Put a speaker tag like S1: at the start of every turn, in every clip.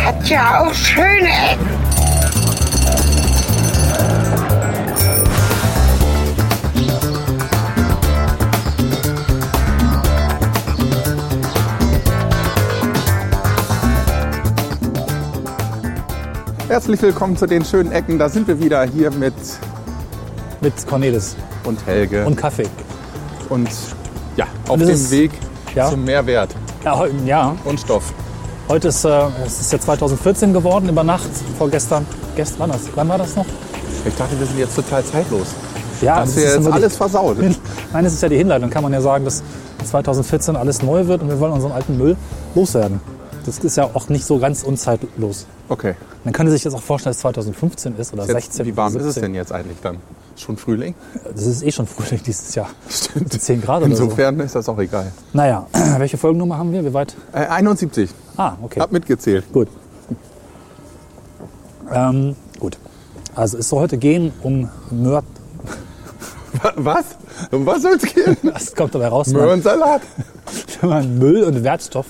S1: hat ja auch schöne Ecken.
S2: Herzlich willkommen zu den schönen Ecken. Da sind wir wieder hier mit
S3: mit Cornelis
S2: und Helge
S3: und Kaffee.
S2: und ja, auf
S3: Und es
S2: dem
S3: ist-
S2: Weg
S3: ja.
S2: zum Mehrwert
S3: Ja, heu- ja.
S2: und Stoff.
S3: heute ist äh, es ist ja 2014 geworden, über Nacht, vorgestern. Gestern, wann, das, wann war das noch?
S2: Ich dachte, wir sind jetzt total zeitlos. Also
S3: Ja,
S2: Hast du ja
S3: dann
S2: jetzt
S3: wirklich-
S2: alles versaut.
S3: Nein, das ist ja die Hinleitung. Kann man ja sagen, dass 2014 alles neu wird und wir wollen unseren alten Müll loswerden. Das ist ja auch nicht so ganz unzeitlos.
S2: Okay.
S3: Man könnte sich jetzt auch vorstellen, dass es 2015 ist oder
S2: Jetzt,
S3: 16.
S2: wie warm ist es
S3: 17.
S2: denn jetzt eigentlich dann? Schon Frühling?
S3: Das ist eh schon Frühling dieses Jahr. Stimmt. 10 Grad oder so.
S2: Insofern ist das auch egal.
S3: Naja, welche Folgennummer haben wir? Wie weit?
S2: Äh, 71,
S3: Ah, okay.
S2: hab mitgezählt.
S3: Gut. Ähm, gut. Also es soll heute gehen um Mörd.
S2: Wa- Was? Um was soll's gehen?
S3: Was kommt dabei raus, wenn
S2: Möhrensalat?
S3: man Müll und Wertstoff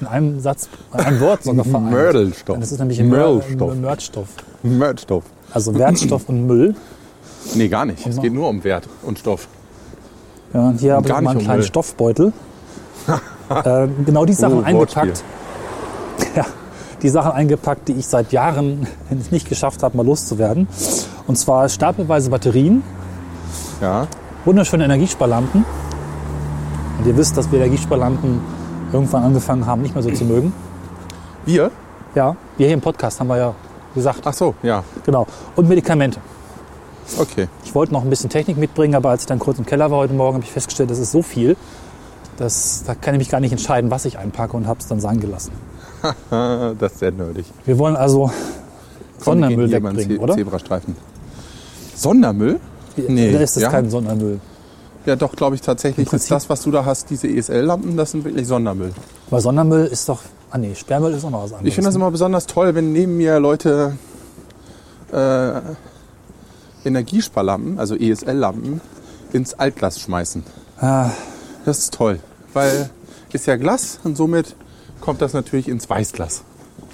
S3: in einem Satz, in einem Wort sogar vereint?
S2: Mördelstoff.
S3: Das ist nämlich ein Mör-
S2: Mörlstoff.
S3: ein Mörtstoff.
S2: Mörderstoff.
S3: Also Wertstoff und Müll.
S2: Nee, gar nicht. Es geht nur um Wert und Stoff.
S3: Ja, und hier habe ich
S2: Gar
S3: mal
S2: nicht
S3: einen
S2: um
S3: kleinen
S2: Müll.
S3: Stoffbeutel. äh, genau die Sachen
S2: Oh,
S3: eingepackt. Ja, die Sachen eingepackt, die ich seit Jahren nicht geschafft habe, mal loszuwerden. Und zwar stapelweise Batterien,
S2: Ja.
S3: wunderschöne Energiesparlampen. Und ihr wisst, dass wir Energiesparlampen irgendwann angefangen haben, nicht mehr so zu mögen.
S2: Bier?
S3: Ja, wir hier im Podcast haben wir ja gesagt.
S2: Ach so, ja.
S3: Genau. Und Medikamente.
S2: Okay.
S3: Ich wollte noch ein bisschen Technik mitbringen, aber als ich dann kurz im Keller war heute Morgen, habe ich festgestellt, das ist so viel, dass da kann ich mich gar nicht entscheiden, was ich einpacke und habe es dann sein gelassen.
S2: Äh, Das ist sehr nerdig.
S3: Wir wollen also
S2: Komm, wir gehen
S3: Sondermüll
S2: hier beim
S3: wegbringen,
S2: Ze-
S3: oder?
S2: Zebrastreifen. Sondermüll?
S3: Nee, da ist das
S2: ja.
S3: kein Sondermüll.
S2: ja, doch, glaube ich tatsächlich,
S3: Im
S2: ist
S3: Prinzip-
S2: das, was du da hast, diese ESL-Lampen, das sind wirklich Sondermüll.
S3: Weil Sondermüll ist doch. Ah nee, Sperrmüll ist nochmal was anderes.
S2: Ich finde das immer besonders toll, wenn neben mir Leute äh, Energiesparlampen, also ESL-Lampen, ins Altglas schmeißen.
S3: Ah.
S2: Das ist toll, weil ist ja Glas und somit kommt das natürlich ins Weißglas.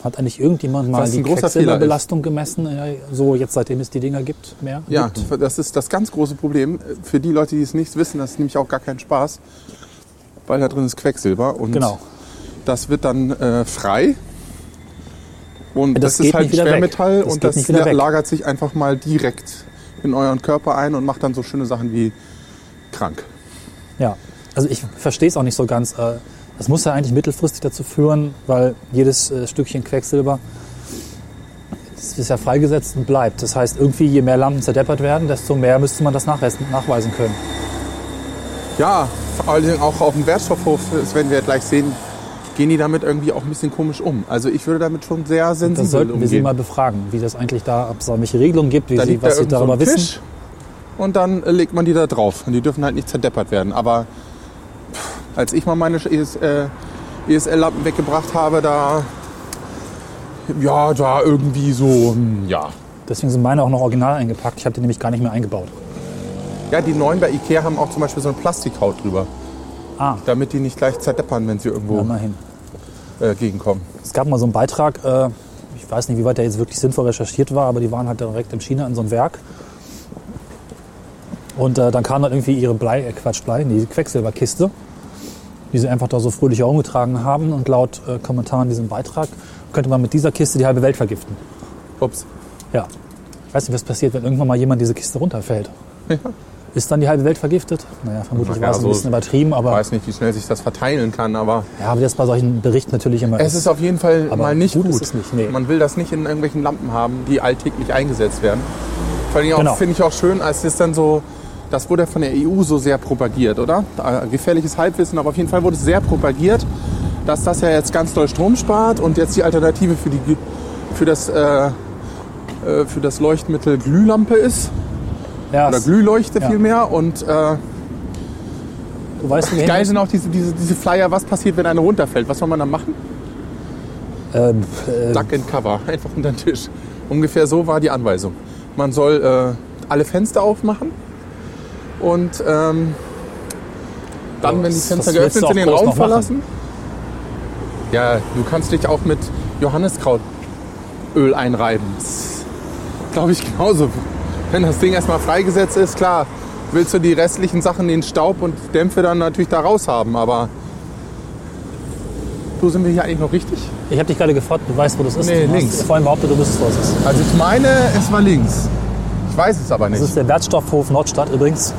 S3: Hat eigentlich irgendjemand mal
S2: Was
S3: die
S2: ein großer
S3: Quecksilberbelastung gemessen? Ja, so jetzt seitdem es die Dinger gibt, mehr?
S2: Ja,
S3: Gibt.
S2: das ist das ganz große Problem. Für die Leute, die es nicht wissen, das ist nämlich auch gar kein Spaß, weil da drin ist Quecksilber und
S3: Genau.
S2: das wird dann äh, frei. Und das,
S3: Das geht
S2: ist halt
S3: nicht wieder weg.
S2: Schwermetall
S3: Das
S2: und
S3: geht
S2: das
S3: nicht wieder
S2: la-
S3: weg.
S2: lagert sich einfach mal direkt in euren Körper ein und macht dann so schöne Sachen wie krank.
S3: Ja, also ich verstehe es auch nicht so ganz. äh, Das muss ja eigentlich mittelfristig dazu führen, weil jedes äh, Stückchen Quecksilber das ist ja freigesetzt und bleibt. Das heißt, irgendwie je mehr Lampen zerdeppert werden, desto mehr müsste man das nachweis- nachweisen können.
S2: Ja, vor allen Dingen auch auf dem Wertstoffhof, das werden wir gleich sehen, gehen die damit irgendwie auch ein bisschen komisch um. Also ich würde damit schon sehr
S3: Da
S2: sensibel
S3: sollten wir sie
S2: umgehen.
S3: mal befragen, wie das eigentlich da, ob es da welche Regelungen gibt, wie
S2: da
S3: sie,
S2: liegt was
S3: was
S2: da
S3: sie
S2: darüber
S3: darüber
S2: so ein
S3: wissen.
S2: Tisch und dann äh, legt man die da drauf. Und die dürfen halt nicht zerdeppert werden. Aber pff, als ich mal meine ES, äh, ESL-Lampen weggebracht habe, da. Ja, da irgendwie so. hm, Ja.
S3: Deswegen sind meine auch noch original eingepackt. Ich habe die nämlich gar nicht mehr eingebaut.
S2: Ja, die neuen bei Ikea haben auch zum Beispiel so eine Plastikhaut drüber.
S3: Ah.
S2: Damit die nicht gleich zerdeppern, wenn sie
S3: Ja, ne?
S2: irgendwo
S3: immerhin.
S2: äh, gegenkommen.
S3: Es gab mal so einen Beitrag, äh, ich weiß nicht, wie weit der jetzt wirklich sinnvoll recherchiert war, aber die waren halt direkt in China in so einem Werk. Und äh, dann kam dann irgendwie ihre Blei, äh, Quatsch, Blei, nee, die Quecksilberkiste, die sie einfach da so fröhlich herumgetragen haben. Und laut äh, Kommentaren in diesem Beitrag könnte man mit dieser Kiste die halbe Welt vergiften.
S2: Ups.
S3: Ja. Ich weiß nicht, was passiert, wenn irgendwann mal jemand diese Kiste runterfällt. Ist dann die halbe Welt vergiftet? Naja, vermutlich
S2: Na
S3: war
S2: ja,
S3: es ein
S2: so-
S3: bisschen übertrieben,
S2: Ich
S3: aber
S2: weiß nicht, wie schnell sich das verteilen kann, aber
S3: ja, aber das bei solchen Berichten natürlich immer
S2: es ist auf jeden Fall
S3: Aber
S2: mal nicht
S3: gut
S2: gut.
S3: ist es nicht, nee.
S2: Man will das nicht in irgendwelchen Lampen haben, die alltäglich eingesetzt werden. Vor allem auch
S3: Genau.
S2: finde ich auch schön, als es dann so, das wurde ja von der EU so sehr propagiert, oder? Äh, Gefährliches Halbwissen, aber auf jeden Fall wurde es sehr propagiert, dass das ja jetzt ganz doll Strom spart und jetzt die Alternative für, die, Gl- für, das, äh, äh, für das Leuchtmittel Glühlampe ist.
S3: ja,
S2: Oder
S3: es-
S2: Glühleuchte
S3: Ja.
S2: vielmehr. Und äh,
S3: du weißt, wohin
S2: geil
S3: das-
S2: sind auch diese, diese, diese Flyer, was passiert, wenn eine runterfällt. Was soll man dann machen?
S3: Ähm, äh,
S2: Duck and Cover, einfach unter den Tisch. Ungefähr so war die Anweisung. Man soll äh, alle Fenster aufmachen und ähm, dann,
S3: Ja,
S2: wenn die
S3: was-
S2: Fenster
S3: was
S2: geöffnet
S3: willst du
S2: sind,
S3: auch
S2: den
S3: groß
S2: Raum
S3: noch machen?
S2: verlassen. Ja, du kannst dich auch mit Johanniskraut Öl einreiben. Das glaube ich genauso. Wenn das Ding erstmal freigesetzt ist, klar, willst du die restlichen Sachen, den Staub und Dämpfe dann natürlich da raus haben, aber du sind wir hier eigentlich noch richtig?
S3: Ich habe dich gerade gefragt, du weißt, wo das ist.
S2: Nee,
S3: du
S2: links.
S3: Hast vorhin behauptet, du wüsstest, wo es ist.
S2: Also ich meine, es war links. Ich weiß es aber
S3: Das
S2: nicht.
S3: ist der Wertstoffhof Nordstadt übrigens.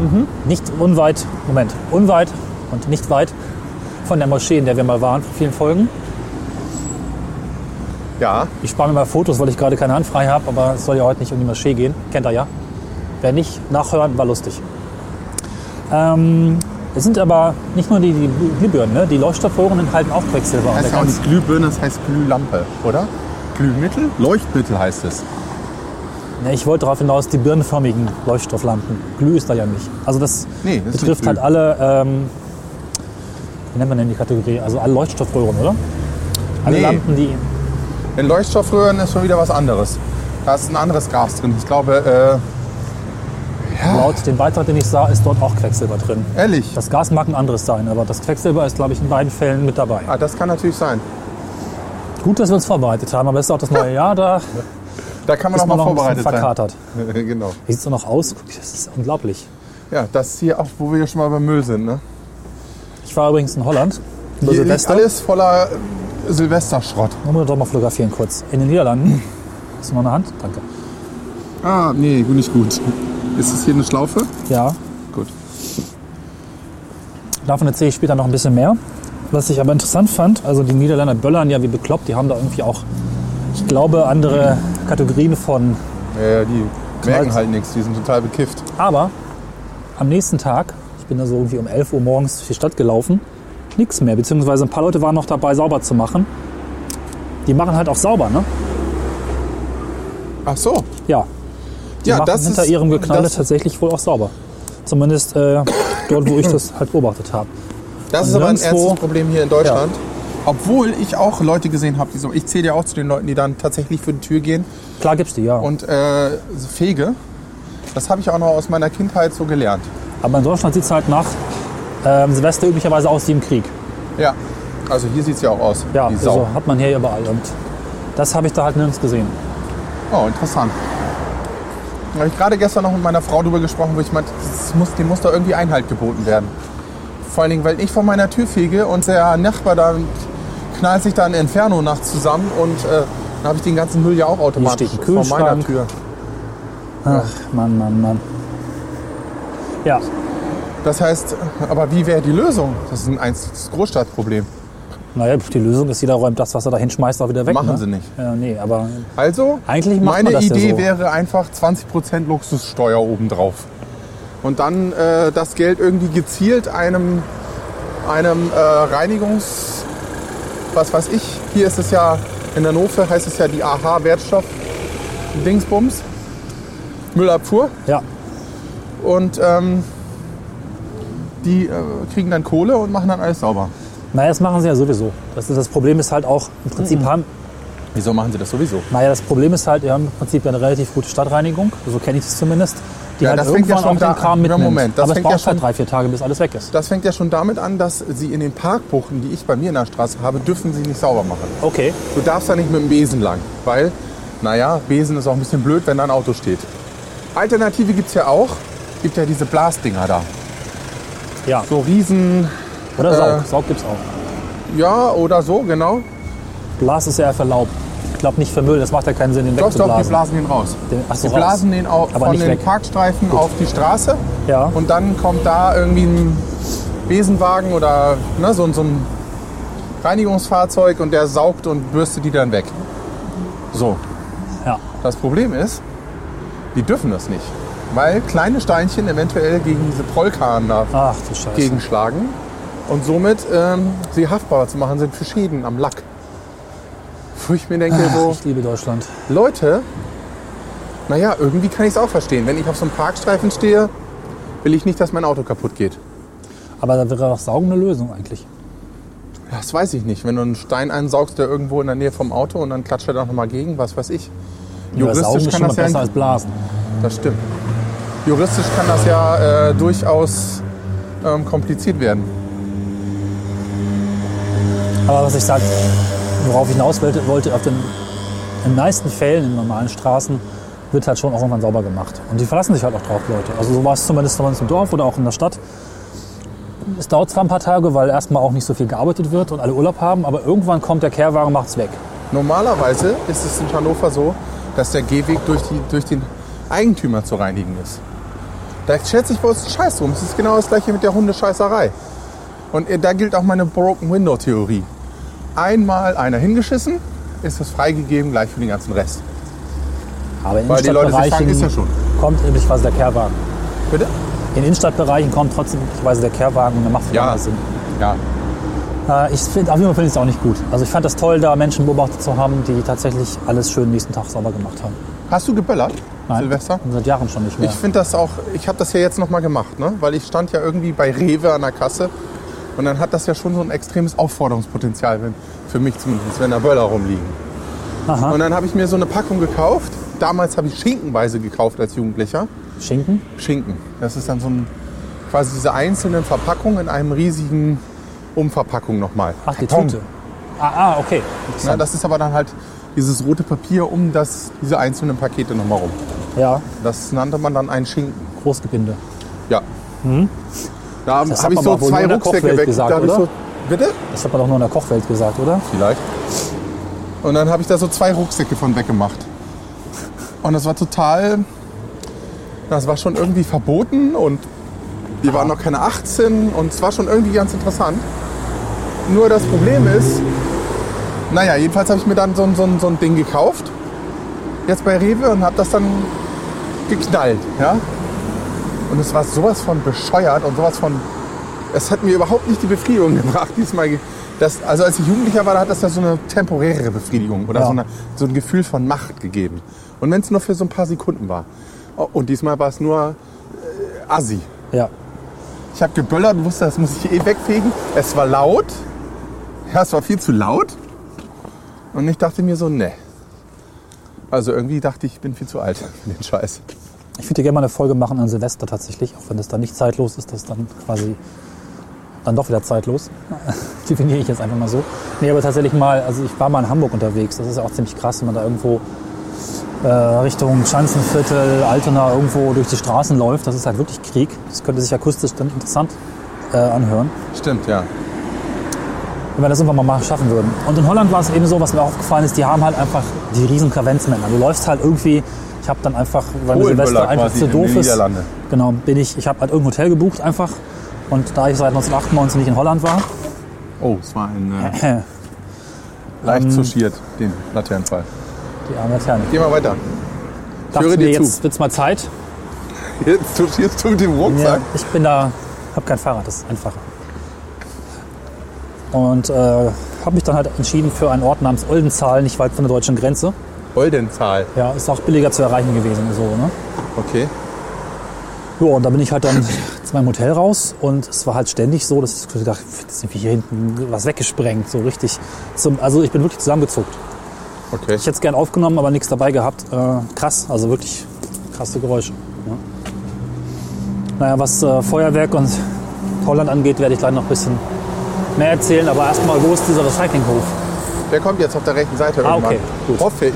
S2: Mhm.
S3: Nicht unweit, Moment, unweit und nicht weit von der Moschee, in der wir mal waren vor vielen Folgen.
S2: Ja,
S3: Ich spare mir mal Fotos, weil ich gerade keine Hand frei habe, aber es soll ja heute nicht um die Moschee gehen. Kennt ihr ja. Wer nicht, nachhören, war lustig. Ähm, es sind aber nicht nur die, die Glühbirnen, ne? die Leuchtstoffröhren enthalten auch Quecksilber. Und
S2: heißt
S3: der
S2: ja auch
S3: ganz-
S2: nicht Glühbirne, das heißt Glühlampe, oder? Glühmittel? Leuchtmittel heißt es.
S3: Ne, ich wollte darauf hinaus, die birnenförmigen Leuchtstofflampen. Glüh ist da ja nicht. Also das
S2: Nee, das ist
S3: betrifft
S2: nicht
S3: halt
S2: Glüh.
S3: alle, ähm, wie nennt man denn die Kategorie? Also alle Leuchtstoffröhren, oder? Alle
S2: Nee.
S3: Lampen, die...
S2: In Leuchtstoffröhren ist schon wieder was anderes. Da ist ein anderes Gas drin. Ich glaube, äh, Ah.
S3: Laut dem Beitrag, den ich sah, ist dort auch Quecksilber drin.
S2: äh, ehrlich.
S3: Das Gas mag ein anderes sein, aber das Quecksilber ist, glaube ich, in beiden Fällen mit dabei.
S2: ah, das kann natürlich sein.
S3: Gut, dass wir uns vorbereitet haben, aber es ist auch das neue Jahr, da ist
S2: Da kann man
S3: man
S2: nochmal
S3: noch ein bisschen
S2: vorbereitet sein.
S3: verkatert.
S2: genau.
S3: Wie sieht es noch aus? Guck, Das ist unglaublich.
S2: Ja, das hier auch, wo wir schon mal beim Müll sind. Ne?
S3: Ich war übrigens in Holland über
S2: Hier liegt
S3: Silvester.
S2: alles voller äh, Silvesterschrott.
S3: Da muss ich doch mal fotografieren kurz. In den Niederlanden. Hast du noch eine Hand? Danke.
S2: Ah, nee, nicht gut. Ist das hier eine Schlaufe?
S3: Ja,
S2: Gut.
S3: Davon erzähle ich später noch ein bisschen mehr. Was ich aber interessant fand, also die Niederländer böllern ja wie bekloppt, die haben da irgendwie auch, ich glaube, andere Kategorien von.
S2: Ja, ja, Äh, die merken
S3: Knallt.
S2: halt nichts. Die sind total bekifft.
S3: Aber am nächsten Tag, ich bin da so irgendwie um 11 Uhr morgens durch die Stadt gelaufen, nichts mehr. Beziehungsweise ein paar Leute waren noch dabei, sauber zu machen. Die machen halt auch sauber, ne?
S2: Ach so.
S3: Ja. Die
S2: Ja,
S3: machen
S2: das
S3: hinter
S2: ist-
S3: ihrem Geknalle
S2: das-
S3: tatsächlich wohl auch sauber. Zumindest äh, dort, wo ich das halt beobachtet habe.
S2: Das
S3: Und
S2: ist aber ein
S3: nirgendwo-
S2: ernstes Problem hier in Deutschland. Obwohl ich auch Leute gesehen habe, die so, ich zähle ja auch zu den Leuten, die dann tatsächlich vor die Tür gehen
S3: Klar gibt's die, ja.
S2: und äh, fege. Das habe ich auch noch aus meiner Kindheit so gelernt.
S3: Aber in Deutschland sieht's halt nach ähm, Silvester üblicherweise aus wie im Krieg.
S2: Ja, also hier sieht es ja auch aus.
S3: Ja,
S2: die Sau.
S3: also hat man hier überall. Und das habe ich da halt nirgends gesehen.
S2: Oh, interessant. Da habe ich gerade gestern noch mit meiner Frau drüber gesprochen, wo ich meinte, das muss, dem muss da irgendwie Einhalt geboten werden. Vor allen Dingen, weil ich vor meiner Tür fege und der Nachbar da knallt sich da ein Inferno nachts zusammen und äh, dann habe ich den ganzen Müll ja auch automatisch
S3: steht ein
S2: vor meiner
S3: Kühlschrank.
S2: Tür.
S3: Ach, Mann, Mann, Mann. Ja,
S2: Das heißt, aber wie wäre die Lösung? Das ist ein einziges Großstadtproblem.
S3: naja, die Lösung ist, jeder räumt das, was er da hinschmeißt, auch wieder weg.
S2: Machen
S3: ne?
S2: sie nicht.
S3: Ja, nee, aber
S2: Also,
S3: Eigentlich macht
S2: meine
S3: man das ja
S2: Idee
S3: so.
S2: wäre einfach 20% Luxussteuer obendrauf. Und dann äh, das Geld irgendwie gezielt einem, einem äh, Reinigungs... Was weiß ich, hier ist es ja, in Hannover heißt es ja die AH-Wertstoff-Dingsbums, Müllabfuhr.
S3: ja,
S2: Und ähm, die äh, kriegen dann Kohle und machen dann alles sauber.
S3: naja, das machen sie ja sowieso. Das, ist- das Problem ist halt auch, im Prinzip haben,
S2: Wieso machen sie das sowieso?
S3: naja, das Problem ist halt, wir haben im Prinzip ja eine relativ gute Stadtreinigung, so kenne ich das zumindest, die
S2: Ja,
S3: halt
S2: das fängt ja
S3: irgendwann
S2: schon
S3: auch
S2: da-
S3: den Kram mitnimmt.
S2: Moment, das
S3: aber es
S2: fängt ja
S3: braucht halt
S2: schon-
S3: drei, vier Tage, bis alles weg ist.
S2: Das fängt ja schon damit an, dass sie in den Parkbuchten, die ich bei mir in der Straße habe, dürfen sie nicht sauber machen.
S3: Okay,
S2: Du darfst da nicht mit dem Besen lang, weil, naja, Besen ist auch ein bisschen blöd, wenn da ein Auto steht. Alternative gibt es ja auch. Gibt ja diese Blasdinger da.
S3: ja.
S2: So riesen,
S3: Oder
S2: Äh,
S3: Saug, Saug gibt's auch.
S2: ja oder so, genau.
S3: Glas ist ja für Laub. Ich glaube nicht für Müll, das macht ja keinen Sinn, den
S2: Doch, doch, die
S3: wegzublasen.
S2: blasen den raus.
S3: Den- ach so,
S2: die blasen
S3: raus.
S2: den auch
S3: Aber
S2: von
S3: nicht
S2: den
S3: weg.
S2: Parkstreifen auf die Straße.
S3: Ja.
S2: Und dann kommt da irgendwie ein Besenwagen oder ne, so, ein- so ein Reinigungsfahrzeug und der saugt und bürstet die dann weg. So,
S3: ja.
S2: Das Problem ist, die dürfen das nicht, weil kleine Steinchen eventuell gegen diese Prollkarren da
S3: Ach du Scheiße.
S2: gegenschlagen und somit ähm, sie haftbar zu machen sind für Schäden am Lack. Wo ich mir denke,
S3: Ach,
S2: so,
S3: ich liebe Deutschland.
S2: Leute, naja, irgendwie kann ich es auch verstehen. Wenn ich auf so einem Parkstreifen stehe, will ich nicht, dass mein Auto kaputt geht.
S3: Aber da wäre doch Saugen eine Lösung eigentlich.
S2: Das weiß ich nicht. Wenn du einen Stein einsaugst, der irgendwo in der Nähe vom Auto und dann klatscht er da nochmal gegen, was weiß ich.
S3: Ja, Saugen ist schon mal
S2: ja
S3: besser als Blasen.
S2: Das stimmt. Juristisch kann das ja äh, durchaus ähm, kompliziert werden.
S3: Aber was ich sag, worauf ich hinaus wollte, wollte auf den in meisten Fällen in normalen Straßen wird halt schon auch irgendwann sauber gemacht. Und die verlassen sich halt auch drauf, Leute. Also so war es zumindest bei uns im Dorf oder auch in der Stadt. Es dauert zwar ein paar Tage, weil erstmal auch nicht so viel gearbeitet wird und alle Urlaub haben, aber irgendwann kommt der Kehrwagen, macht's weg.
S2: Normalerweise ist es in Hannover so, dass der Gehweg durch, die, durch den Eigentümer zu reinigen ist. Da schätze ich bei uns einen Scheiß rum. Es ist genau das gleiche mit der Hundescheißerei. Und äh, da gilt auch meine Broken Window Theorie. Einmal einer hingeschissen, ist das freigegeben gleich für den ganzen Rest.
S3: Aber in
S2: Weil die Leute sich
S3: Innenstadtbereichen
S2: fragen, ist ja schon.
S3: kommt üblicherweise der Kehrwagen.
S2: Bitte?
S3: In Innenstadtbereichen kommt trotzdem üblicherweise der Kehrwagen und der macht
S2: Ja.
S3: verdammt Sinn.
S2: Ja.
S3: Äh, Ich find, auf jeden Fall finde ich es auch nicht gut. Also ich fand es toll, da Menschen beobachtet zu haben, die tatsächlich alles schön nächsten Tag sauber gemacht haben.
S2: Hast du geböllert,
S3: Nein,
S2: Silvester?
S3: Seit Jahren schon nicht mehr.
S2: Ich finde das auch, ich habe das ja jetzt nochmal gemacht, ne? weil ich stand ja irgendwie bei Rewe an der Kasse und dann hat das ja schon so ein extremes Aufforderungspotenzial, wenn, für mich zumindest, wenn da Böller rumliegen.
S3: Aha.
S2: Und dann habe ich mir so eine Packung gekauft. Damals habe ich Schinkenweise gekauft als Jugendlicher.
S3: Schinken?
S2: Schinken. Das ist dann so ein, quasi diese einzelnen Verpackungen in einem riesigen Umverpackung nochmal.
S3: Ach, die
S2: Karton.
S3: Tüte. Ah, ah okay.
S2: Ja, das ist aber dann halt dieses rote Papier um das, diese einzelnen Pakete nochmal rum.
S3: Ja,
S2: Das nannte man dann einen Schinken.
S3: Großgebinde.
S2: Ja.
S3: Hm?
S2: Da habe
S3: Das hat
S2: ich
S3: man
S2: so
S3: aber wohl
S2: zwei
S3: nur in der
S2: Rucksäcke
S3: Kochwelt
S2: weg.
S3: gesagt,
S2: da hab ich
S3: oder?
S2: so, bitte?
S3: Das hat man doch nur in der Kochwelt gesagt, oder?
S2: Vielleicht. Und dann habe ich da so zwei Rucksäcke von weggemacht. Und das war total. Das war schon irgendwie verboten und wir waren noch keine 18 und es war schon irgendwie ganz interessant. Nur das Problem ist, naja, jedenfalls habe ich mir dann so, ein- so, ein- so ein Ding gekauft. Jetzt bei Rewe und habe das dann geknallt. Ja? Und es war sowas von bescheuert und sowas von es hat mir überhaupt nicht die Befriedigung gebracht diesmal. ge- Das, also als ich Jugendlicher war, da hat das ja so eine temporäre Befriedigung oder
S3: Ja.
S2: so, eine, so ein Gefühl von Macht gegeben. Und wenn es nur für so ein paar Sekunden war. Oh, Und diesmal war es nur äh, Assi.
S3: Ja.
S2: Ich habe geböllert und wusste, das muss ich eh wegfegen. Es war laut. Ja, es war viel zu laut. Und ich dachte mir so, ne. Also irgendwie dachte ich, ich bin viel zu alt für den Scheiß.
S3: Ich würde gerne mal eine Folge machen an Silvester tatsächlich, auch wenn das dann nicht zeitlos ist, das ist dann quasi dann doch wieder zeitlos. Definiere ich jetzt einfach mal so. Nee, aber tatsächlich mal, also ich war mal in Hamburg unterwegs, das ist ja auch ziemlich krass, wenn man da irgendwo äh, Richtung Schanzenviertel, Altona irgendwo durch die Straßen läuft, das ist halt wirklich Krieg. Das könnte sich akustisch dann interessant äh, anhören
S2: Stimmt, ja.
S3: wenn wir das irgendwann mal machen- schaffen würden. Und in Holland war es eben so, was mir aufgefallen ist, die haben halt einfach die riesen Kavenzmänner. Du läufst halt irgendwie, ich habe dann einfach, weil mir
S2: Polenböller
S3: Silvester einfach
S2: quasi
S3: zu
S2: in
S3: doof
S2: den
S3: ist,
S2: Niederlande.
S3: genau, bin ich, ich habe halt irgendein Hotel gebucht einfach. Und da ich seit 1998 nicht in Holland war,
S2: Oh, es war ein äh, leicht
S3: Ähm.
S2: touchiert, den Laternenfall.
S3: die arme Laterne,
S2: Geh mal weiter.
S3: dachte
S2: höre
S3: mir,
S2: dir
S3: jetzt wird's mal Zeit.
S2: Jetzt touchierst du mit dem
S3: Ja,
S2: Rucksack.
S3: ich bin da, habe kein Fahrrad, das ist einfacher. Und äh, habe mich dann halt entschieden für einen Ort namens Oldenzaal, nicht weit von der deutschen Grenze.
S2: Oldenzahl.
S3: Ja, ist auch billiger zu erreichen gewesen, so, ne?
S2: Okay.
S3: Ja, und da bin ich halt dann zu meinem Hotel raus und es war halt ständig so, dass ich gedacht habe, jetzt sind wir hier hinten was weggesprengt, so richtig. Zum, also ich bin wirklich zusammengezuckt.
S2: Okay.
S3: Ich hätte es gern aufgenommen, aber nichts dabei gehabt. Äh, krass, also wirklich krasse Geräusche. Ne? Naja, was äh, Feuerwerk und Holland angeht, werde ich gleich noch ein bisschen mehr erzählen, aber erstmal, wo ist dieser Recyclinghof?
S2: Der kommt jetzt auf der rechten Seite
S3: Ah,
S2: irgendwann.
S3: okay, gut.
S2: Hoffe ich.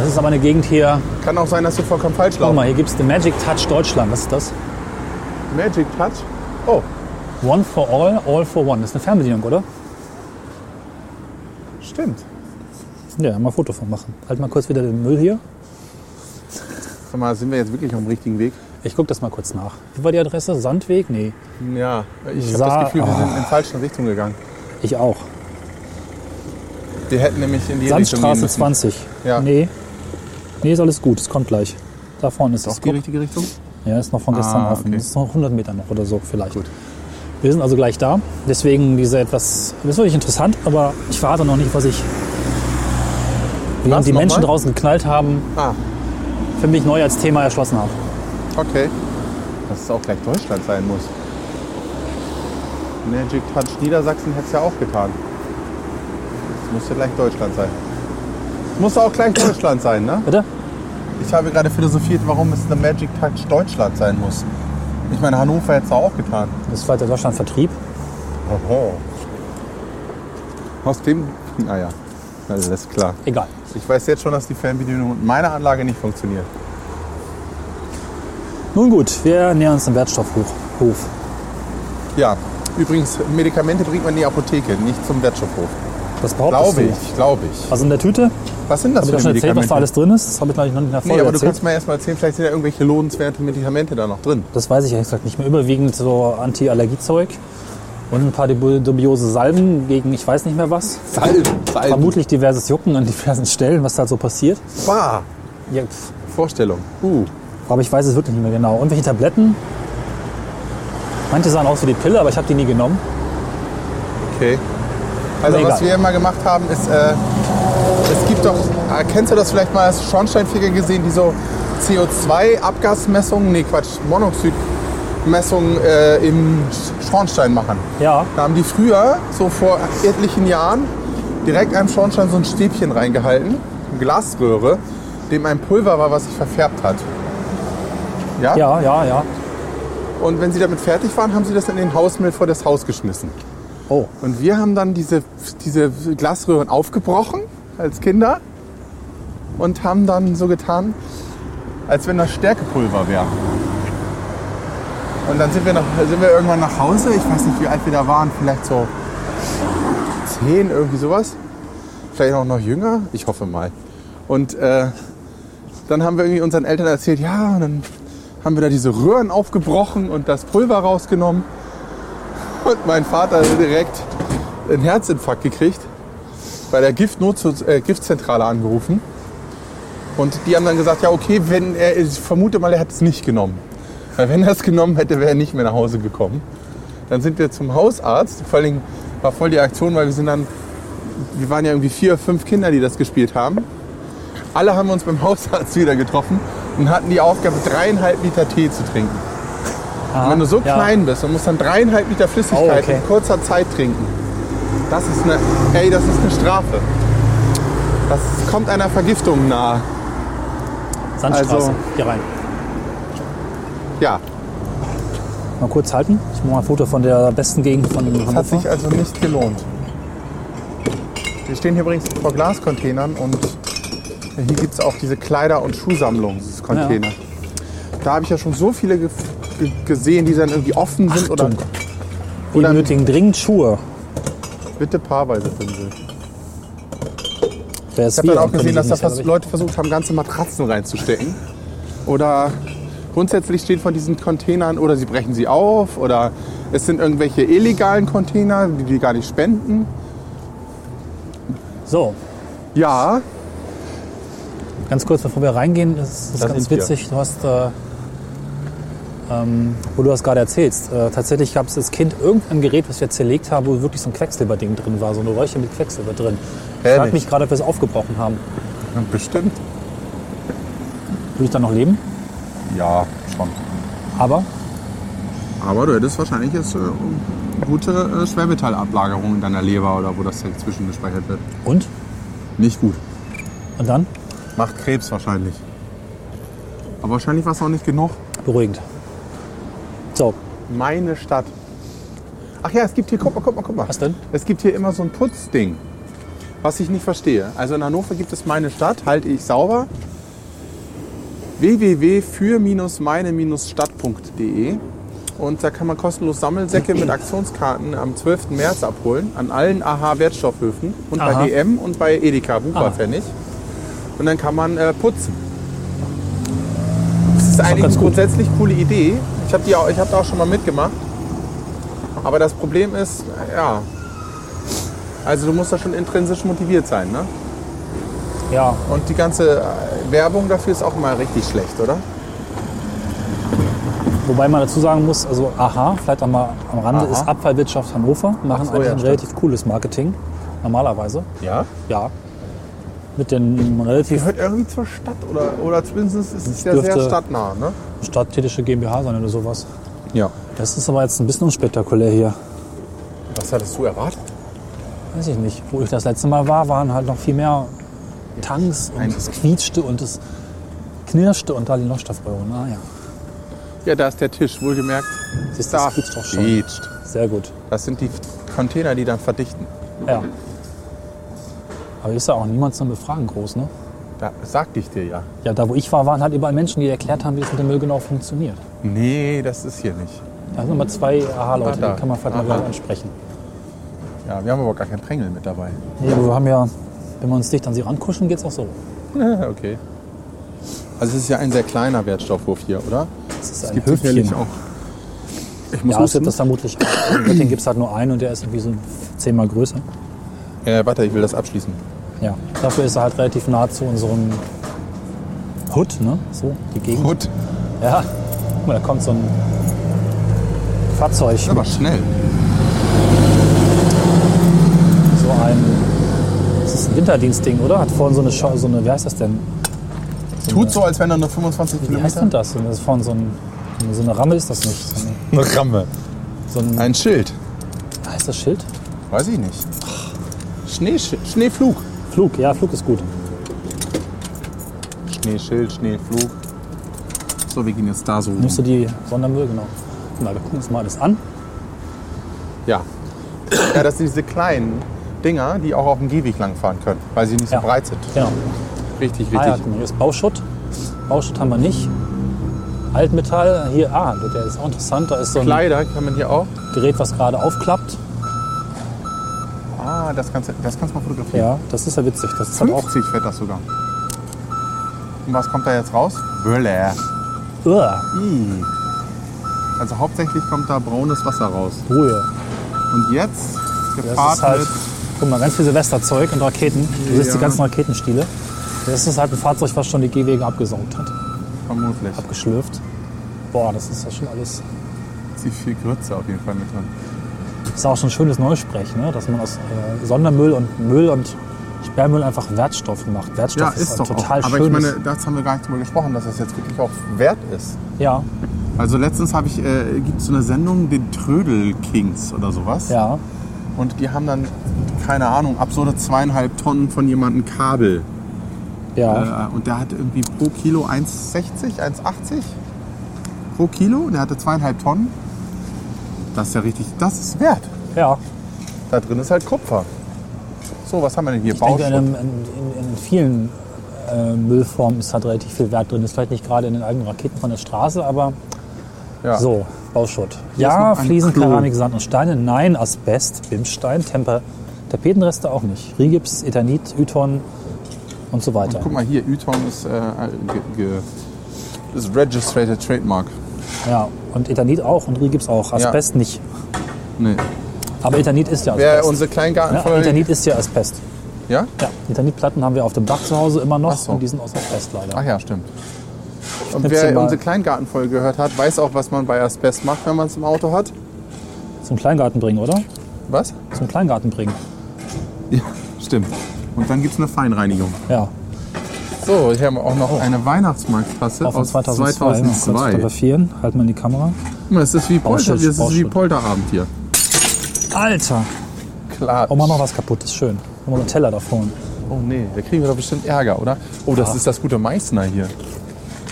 S3: Das ist aber eine Gegend hier.
S2: Kann auch sein, dass du vollkommen falsch
S3: Guck
S2: laufst.
S3: mal, hier gibt es den Magic Touch Deutschland. Was ist das?
S2: Magic Touch. Oh,
S3: One for all, all for one. Das ist eine Fernbedienung, oder?
S2: stimmt.
S3: Ja, mal ein Foto von machen. Halt mal kurz wieder den Müll hier.
S2: Sag mal, sind wir jetzt wirklich auf dem richtigen Weg?
S3: Ich gucke das mal kurz nach. Wie war die Adresse? Sandweg? Nee,
S2: Ja, ich habe
S3: Sa-
S2: das Gefühl, wir
S3: Ah.
S2: sind in falsche Richtung gegangen.
S3: ich auch.
S2: Wir hätten nämlich in die
S3: Sandstraße
S2: Richtung gehen müssen.
S3: 20.
S2: Ja.
S3: Nee. Nee, ist alles gut. Es kommt gleich. Da vorne ist
S2: Doch
S3: es.
S2: die
S3: Guck.
S2: richtige Richtung?
S3: Ja, ist noch von gestern
S2: Ah,
S3: offen.
S2: okay.
S3: Das ist noch 100 Meter noch oder so vielleicht. Gut. Wir sind also gleich da. Deswegen diese etwas... Das ist wirklich interessant, aber ich verrate noch nicht, was ich...
S2: Was,
S3: Während die
S2: noch
S3: Menschen
S2: mal?
S3: draußen geknallt haben,
S2: Ah,
S3: für mich neu als Thema erschlossen habe.
S2: okay. Dass es auch gleich Deutschland sein muss. Magic Touch Niedersachsen hätte es ja auch getan. Es musste gleich Deutschland sein. Es musste auch gleich Deutschland sein, ne?
S3: Bitte?
S2: Ich habe gerade philosophiert, warum es eine Magic Touch Deutschland sein muss. Ich meine, Hannover hätte es auch getan.
S3: Das ist vielleicht der Deutschlandvertrieb.
S2: Oho. Aus dem. Naja, alles klar.
S3: Egal.
S2: Ich weiß jetzt schon, dass die Fernbedienung mit meiner Anlage nicht funktioniert.
S3: Nun gut, wir nähern uns dem Wertstoffhof. Hof.
S2: Ja, übrigens, Medikamente bringt man in die Apotheke, nicht zum Wertstoffhof.
S3: Das behauptest
S2: Glaube
S3: du.
S2: ich, glaube ich.
S3: Also in der Tüte,
S2: Was sind das
S3: habe ich
S2: für
S3: ja schon erzählt, was da
S2: Medikamente?
S3: alles drin ist. Das habe ich, glaube ich, noch nicht in der
S2: Nee,
S3: Folge
S2: aber du
S3: erzählt.
S2: kannst mir erstmal erzählen, vielleicht sind da irgendwelche lohnenswerte Medikamente da noch drin.
S3: Das weiß ich ehrlich gesagt nicht mehr. Überwiegend so Anti-Allergie-Zeug und ein paar dubi- dubiose Salben gegen ich weiß nicht mehr was.
S2: Salben,
S3: Vermutlich diverses Jucken an diversen Stellen, was da so passiert.
S2: Bah,
S3: Ja, pff.
S2: Vorstellung. Uh,
S3: aber ich weiß es wirklich nicht mehr genau. Und welche Tabletten? Manche sahen aus wie die Pille, aber ich habe die nie genommen.
S2: okay. Also
S3: Aber
S2: was
S3: egal.
S2: wir immer gemacht haben, ist, äh, es gibt doch, äh, kennst du das vielleicht mal, hast du Schornsteinfeger gesehen, die so CO2-Abgasmessungen, nee Quatsch, Monoxidmessungen äh, im Sch- Schornstein machen.
S3: Ja,
S2: Da haben die früher, so vor etlichen Jahren, direkt einem Schornstein so ein Stäbchen reingehalten, eine Glasröhre, dem ein Pulver war, was sich verfärbt hat. Ja?
S3: ja, ja, ja.
S2: Und wenn sie damit fertig waren, haben sie das in den Hausmüll vor das Haus geschmissen.
S3: Oh,
S2: Und wir haben dann diese, diese Glasröhren aufgebrochen als Kinder und haben dann so getan, als wenn das Stärkepulver wäre. Und dann sind wir, nach, sind wir irgendwann nach Hause, ich weiß nicht, wie alt wir da waren, vielleicht so zehn, irgendwie sowas. Vielleicht auch noch jünger, ich hoffe mal. Und äh, dann haben wir irgendwie unseren Eltern erzählt, ja, und dann haben wir da diese Röhren aufgebrochen und das Pulver rausgenommen. Und mein Vater hat direkt einen Herzinfarkt gekriegt, bei der Giftnotz- äh, Giftzentrale angerufen. Und die haben dann gesagt, ja okay, wenn er, ich vermute mal, er hat es nicht genommen. Weil wenn er es genommen hätte, wäre er nicht mehr nach Hause gekommen. Dann sind wir zum Hausarzt, vor allen Dingen war voll die Aktion, weil wir sind dann, wir waren ja irgendwie vier, fünf Kinder, die das gespielt haben. Alle haben uns beim Hausarzt wieder getroffen und hatten die Aufgabe, dreieinhalb Liter Tee zu trinken. Und wenn du so
S3: ja.
S2: klein bist und musst dann dreieinhalb Liter Flüssigkeit
S3: Oh, okay.
S2: in kurzer Zeit trinken, das ist eine, ey, das ist eine Strafe. Das kommt einer Vergiftung nahe.
S3: Sandstraße.
S2: Also-
S3: Hier rein.
S2: Ja,
S3: Mal kurz halten. Ich mache mal ein Foto von der besten Gegend von
S2: das hat sich
S3: Hannover.
S2: also nicht gelohnt. Wir stehen hier übrigens vor Glascontainern und hier gibt es auch diese Kleider- und Schuhsammlungscontainer. Da habe ich ja schon so viele ge ge gesehen, die dann irgendwie offen sind oder
S3: Achtung. Wir benötigen dringend Schuhe.
S2: bitte paarweise sind.
S3: Der ist
S2: Ich habe dann auch gesehen, dass da fast Leute versucht haben, ganze Matratzen reinzustecken. Oder grundsätzlich steht von diesen Containern, oder sie brechen sie auf, oder es sind irgendwelche illegalen Container, die die gar nicht spenden.
S3: So,
S2: Ja,
S3: Ganz kurz, bevor wir reingehen, das ist
S2: Da
S3: ganz
S2: sind wir.
S3: witzig, du hast, äh, ähm, wo du das gerade erzählst, äh, tatsächlich gab es als Kind irgendein Gerät, was wir zerlegt haben, wo wirklich so ein Quecksilberding drin war, so eine Röhrchen mit Quecksilber drin. Ich frag
S2: Ehrlich?
S3: mich gerade, ob wir es aufgebrochen haben.
S2: bestimmt.
S3: Würde ich dann noch leben,
S2: Ja, schon.
S3: aber
S2: Aber du hättest wahrscheinlich jetzt äh, gute äh, Schwermetallablagerung in deiner Leber oder wo das dazwischen gespeichert wird.
S3: und?
S2: Nicht gut.
S3: Und dann?
S2: Macht Krebs wahrscheinlich. Aber wahrscheinlich war es noch nicht genug.
S3: Beruhigend. So,
S2: Meine Stadt. Ach ja, es gibt hier, guck mal, guck mal, guck mal.
S3: Was denn?
S2: Es gibt hier immer so ein Putzding, was ich nicht verstehe. Also in Hannover gibt es meine Stadt, halte ich sauber. www.für-meine-stadt.de E. und da kann man kostenlos Sammelsäcke mit Aktionskarten am 12. März abholen an allen AH-Wertstoffhöfen und
S3: Aha.
S2: bei DM und bei Edeka
S3: Aha.
S2: Bucherpfennig. Und dann kann man äh, putzen. Das ist eigentlich eine
S3: ganz gut.
S2: grundsätzlich coole Idee. Ich habe auch, ich hab da auch schon mal mitgemacht. Aber das Problem ist, ja, also du musst da schon intrinsisch motiviert sein, ne?
S3: ja,
S2: Und die ganze äh, Werbung dafür ist auch mal richtig schlecht, oder?
S3: wobei man dazu sagen muss, also aha, vielleicht auch mal am Rande,
S2: Aha.
S3: ist Abfallwirtschaft Hannover, machen
S2: so,
S3: eigentlich
S2: ja,
S3: ein
S2: stimmt.
S3: relativ cooles Marketing, normalerweise,
S2: Ja.
S3: ja. Mit den relativ
S2: Gehört irgendwie zur Stadt oder, oder zumindest ist es ja sehr
S3: dürfte-
S2: stadtnah, ne?
S3: stadtstädtische GmbH sein oder sowas.
S2: Ja.
S3: Das ist aber jetzt ein bisschen unspektakulär hier.
S2: Was hattest du erwartet?
S3: Weiß ich nicht. Wo ich das letzte Mal war, waren halt noch viel mehr Tanks und
S2: Ein-
S3: es quietschte und es knirschte und da die Lochstoffröhre. Ah ja,
S2: Ja, da ist der Tisch, wohlgemerkt.
S3: siehst du,
S2: Da
S3: das quietscht doch schon.
S2: quietscht.
S3: Sehr gut.
S2: Das sind die Container, die dann verdichten.
S3: Ja. Aber ist ja auch niemand zum Befragen groß, ne?
S2: Da sagte ich dir ja.
S3: Ja, da wo ich war, waren halt überall Menschen, die erklärt haben, wie es mit dem Müll genau funktioniert.
S2: Nee, das ist hier nicht.
S3: Da sind nochmal zwei
S2: Ah,
S3: Aha-Leute,
S2: da.
S3: die kann man vielleicht mal
S2: Aha.
S3: gleich ansprechen.
S2: Ja, wir haben aber gar keinen Prängel mit dabei.
S3: Nee, aber wir haben ja, wenn wir uns dicht an sie rankuschen, geht's auch so.
S2: okay. Also es ist ja ein sehr kleiner Wertstoffwurf hier, oder?
S3: Das ist
S2: Es
S3: ein
S2: gibt sicherlich
S3: Höfchen.
S2: auch. Ich muss
S3: Ja, es gibt das
S2: husten.
S3: vermutlich auch. In Göttingen gibt's halt nur einen und der ist irgendwie so zehnmal größer.
S2: Äh, warte, ich will das abschließen.
S3: Ja, dafür ist er halt relativ nah zu unserem Hood, ne? So, die Gegend.
S2: Gut,
S3: Ja, guck mal, da kommt so ein Fahrzeug,
S2: aber schnell.
S3: so ein. Das ist ein Winterdienstding, oder? Hat vorhin so eine, Scho- so eine wie heißt das denn?
S2: Tut so, als wenn er nur 25
S3: Wie heißt denn
S2: Kilometer...
S3: das? Das ist vorhin so, ein, so eine Ramme ist das nicht. So ein,
S2: Eine Ramme.
S3: so ein
S2: Ein Schild.
S3: heißt das Schild?
S2: Weiß ich nicht. Schneeschild, Schneeflug.
S3: Flug, ja, Flug ist gut.
S2: Schneeschild, Schneeflug. So, wir gehen jetzt da so rum.
S3: Nimmst du die Sondermüll, genau. Na, wir gucken uns mal alles an.
S2: Ja. ja, das sind diese kleinen Dinger, die auch auf dem Gehweg langfahren können, weil sie nicht so
S3: Ja.
S2: breit sind.
S3: Genau.
S2: Richtig, richtig.
S3: Ah, ja, guck mal, hier ist Bauschutt. Bauschutt haben wir nicht. Altmetall, hier, ah, der ist auch interessant. Da ist so ein
S2: Kleider kann man hier auch.
S3: Gerät, was gerade aufklappt.
S2: Ah, das kannst du, das kannst du mal fotografieren.
S3: Ja, das ist ja witzig. Das ist halt auch.
S2: 50 fährt das sogar. Und was kommt da jetzt raus? Böller.
S3: Uah,
S2: Ih. Also hauptsächlich kommt da braunes Wasser raus.
S3: Ruhe.
S2: Und jetzt
S3: Das
S2: gepaart
S3: ist halt.
S2: mit
S3: Guck mal, ganz viel Silvesterzeug und Raketen. Du siehst
S2: Ja.
S3: die ganzen Raketenstiele. Das ist halt ein Fahrzeug, was schon die Gehwege abgesaugt hat,
S2: vermutlich.
S3: abgeschlürft. Boah, das ist ja schon alles.
S2: Sie viel Grütze auf jeden Fall mit drin.
S3: Das ist auch schon ein schönes Neusprech, ne? dass man aus äh, Sondermüll und Müll und Sperrmüll einfach Wertstoffe macht. Wertstoff
S2: Ja,
S3: ist,
S2: ist
S3: ein
S2: doch
S3: total
S2: auch. Aber ich
S3: schönes.
S2: meine, das haben wir gar nicht drüber gesprochen, dass das jetzt wirklich auch wert ist.
S3: ja,
S2: Also letztens habe ich, äh, gibt es so eine Sendung, den Trödel Kings oder sowas.
S3: ja.
S2: Und die haben dann, keine Ahnung, absurde zweieinhalb Tonnen von jemandem Kabel.
S3: Ja,
S2: Äh, und der hat irgendwie pro Kilo 1,60, 1,80 pro Kilo. Der hatte zweieinhalb Tonnen. Das ist ja richtig, das ist wert.
S3: ja.
S2: Da drin ist halt Kupfer. So, was haben wir denn hier?
S3: Ich denke, in,
S2: Bauschutt.
S3: einem, in, in, in vielen äh, Müllformen ist halt relativ viel Wert drin. Ist vielleicht nicht gerade in den eigenen Raketen von der Straße, aber
S2: Ja.
S3: so, Bauschutt.
S2: ist
S3: ja,
S2: noch ein
S3: Fliesen,
S2: Klo.
S3: Keramik, Sand und Steine. Nein, Asbest, Bimsstein, Temper, Tapetenreste auch nicht. Rigips, Ethanit, Yton und so weiter.
S2: Guck mal hier, Yton ist, äh, ge, ge, ist Registrated Trademark.
S3: Ja, und Ethanit auch und Rigips auch. Asbest nicht.
S2: Nee.
S3: Aber Ethanit ist ja
S2: Wer
S3: Asbest.
S2: unsere Kleingarten
S3: ja, Ethanit ist ja Asbest.
S2: Ja?
S3: Ja, Ethanitplatten haben wir auf dem Dach zu Hause immer noch
S2: Ach so.
S3: und die sind aus Asbest leider.
S2: Ach ja, stimmt. Und
S3: Schnipsel
S2: wer
S3: mal.
S2: unsere Kleingartenfolge gehört hat, weiß auch, was man bei Asbest macht, wenn man es im Auto hat.
S3: Zum Kleingarten bringen, oder?
S2: Was?
S3: Zum Kleingarten bringen.
S2: Ja, stimmt. Und dann gibt es eine Feinreinigung.
S3: Ja,
S2: So, hier haben wir auch noch eine Weihnachtsmarktkasse
S3: auch von ne?
S2: aus
S3: 2002. Mal kurz
S2: 2002.
S3: fotografieren. Halt mal in die Kamera.
S2: Guck mal, es ist wie, Polter,
S3: Bauschutt,
S2: es ist wie
S3: Bauschutt.
S2: Polterabend hier.
S3: Alter!
S2: Klar.
S3: Oh, mach noch was kaputt, ist schön. Mach mal einen Teller davon.
S2: Oh nee, da kriegen wir doch bestimmt Ärger, oder? Oh, das ist das gute Meißner hier.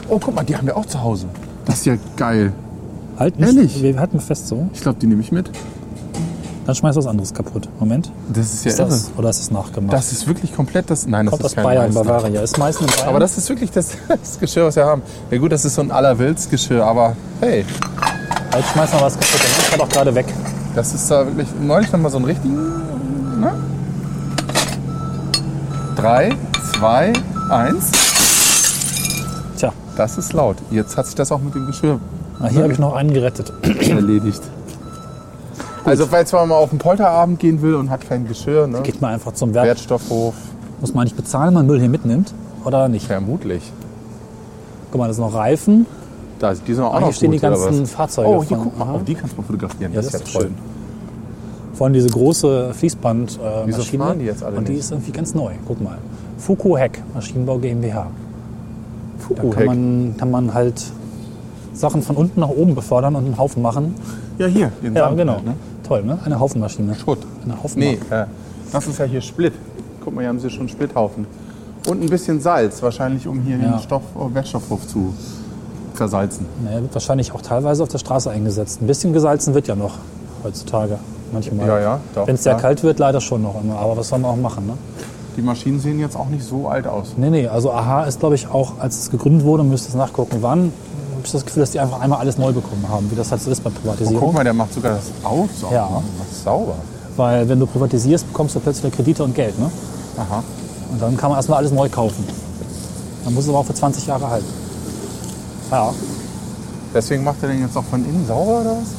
S2: Oh, guck mal, die haben wir auch zu Hause. Das ist ja geil.
S3: Halt nicht.
S2: Ehrlich?
S3: Wir halten fest so.
S2: Ich glaube, die nehme ich mit.
S3: Dann schmeißt du was anderes kaputt. Moment.
S2: Das ist ja
S3: Ist
S2: irre.
S3: das? Oder ist das nachgemacht?
S2: Das ist wirklich komplett das. Nein, das
S3: Kommt aus
S2: ist kein
S3: Bayern,
S2: Meißner.
S3: Bavaria. Ist meistens in Bayern.
S2: Aber das ist wirklich das, das Geschirr, was wir haben. Ja gut, das ist so ein Allerwilds-Geschirr, aber hey,
S3: halt schmeiß mal was kaputt. Dann ist halt auch gerade weg.
S2: das ist da wirklich neulich nochmal so einen richtigen. Ne? Drei, zwei, eins.
S3: Tja,
S2: Das ist laut. Jetzt hat sich das auch mit dem Geschirr
S3: na, hier habe ich noch einen gerettet.
S2: erledigt. Also falls man mal auf einen Polterabend gehen will und hat kein Geschirr, ne?
S3: Geht mal einfach zum Wert.
S2: Wertstoffhof,
S3: Muss man nicht bezahlen, wenn man Müll hier mitnimmt? Oder nicht?
S2: vermutlich.
S3: Guck mal, das sind noch Reifen.
S2: Da, die sind auch
S3: Ah,
S2: noch
S3: hier stehen
S2: gut,
S3: die
S2: oder
S3: ganzen
S2: was?
S3: Fahrzeuge
S2: Oh, hier
S3: von-
S2: guck mal,
S3: Aha.
S2: oh, die kannst du mal fotografieren.
S3: Ja,
S2: das,
S3: das
S2: ist
S3: ist
S2: ja toll.
S3: schön. Vor allem diese große Fließbandmaschine. Äh,
S2: Wieso
S3: Maschine.
S2: fahren die jetzt alle
S3: Und die
S2: nicht?
S3: ist irgendwie ganz neu. Guck mal. Fuku Heck, Maschinenbau GmbH. Da
S2: Oh,
S3: kann
S2: Heck.
S3: man, kann man halt Sachen von unten nach oben befördern und einen Haufen machen.
S2: ja, hier. Den
S3: Ja,
S2: Sand
S3: genau.
S2: halt, ne?
S3: Toll, ne? Eine Haufenmaschine.
S2: Schutt.
S3: Eine Haufenmaschine.
S2: Nee, äh, das ist ja hier Split. Guck mal, hier haben sie schon Splithaufen. Und ein bisschen Salz, wahrscheinlich um hier
S3: Ja.
S2: den Stoff, oh, Wertstoffhof zu versalzen.
S3: Naja, wird wahrscheinlich auch teilweise auf der Straße eingesetzt. Ein bisschen gesalzen wird ja noch heutzutage. Manchmal.
S2: Ja, ja, doch,
S3: Wenn es sehr
S2: klar.
S3: kalt wird, leider schon noch immer. Aber was soll man auch machen, ne?
S2: Die Maschinen sehen jetzt auch nicht so alt aus.
S3: Nee, nee, also AHA ist, glaube ich, auch, als es gegründet wurde, müsste es nachgucken, wann, habe ich das Gefühl, dass die einfach einmal alles neu bekommen haben, wie das halt so ist bei
S2: Oh, guck
S3: Privatisierung.
S2: mal, der macht sogar das aus.
S3: Ja.
S2: Das ist sauber.
S3: Weil wenn du privatisierst, bekommst du plötzlich Kredite und Geld, ne?
S2: Aha.
S3: Und dann kann man erstmal alles neu kaufen. Dann muss es aber auch für 20 Jahre halten. Ja,
S2: Deswegen macht er den jetzt auch von innen sauber oder was?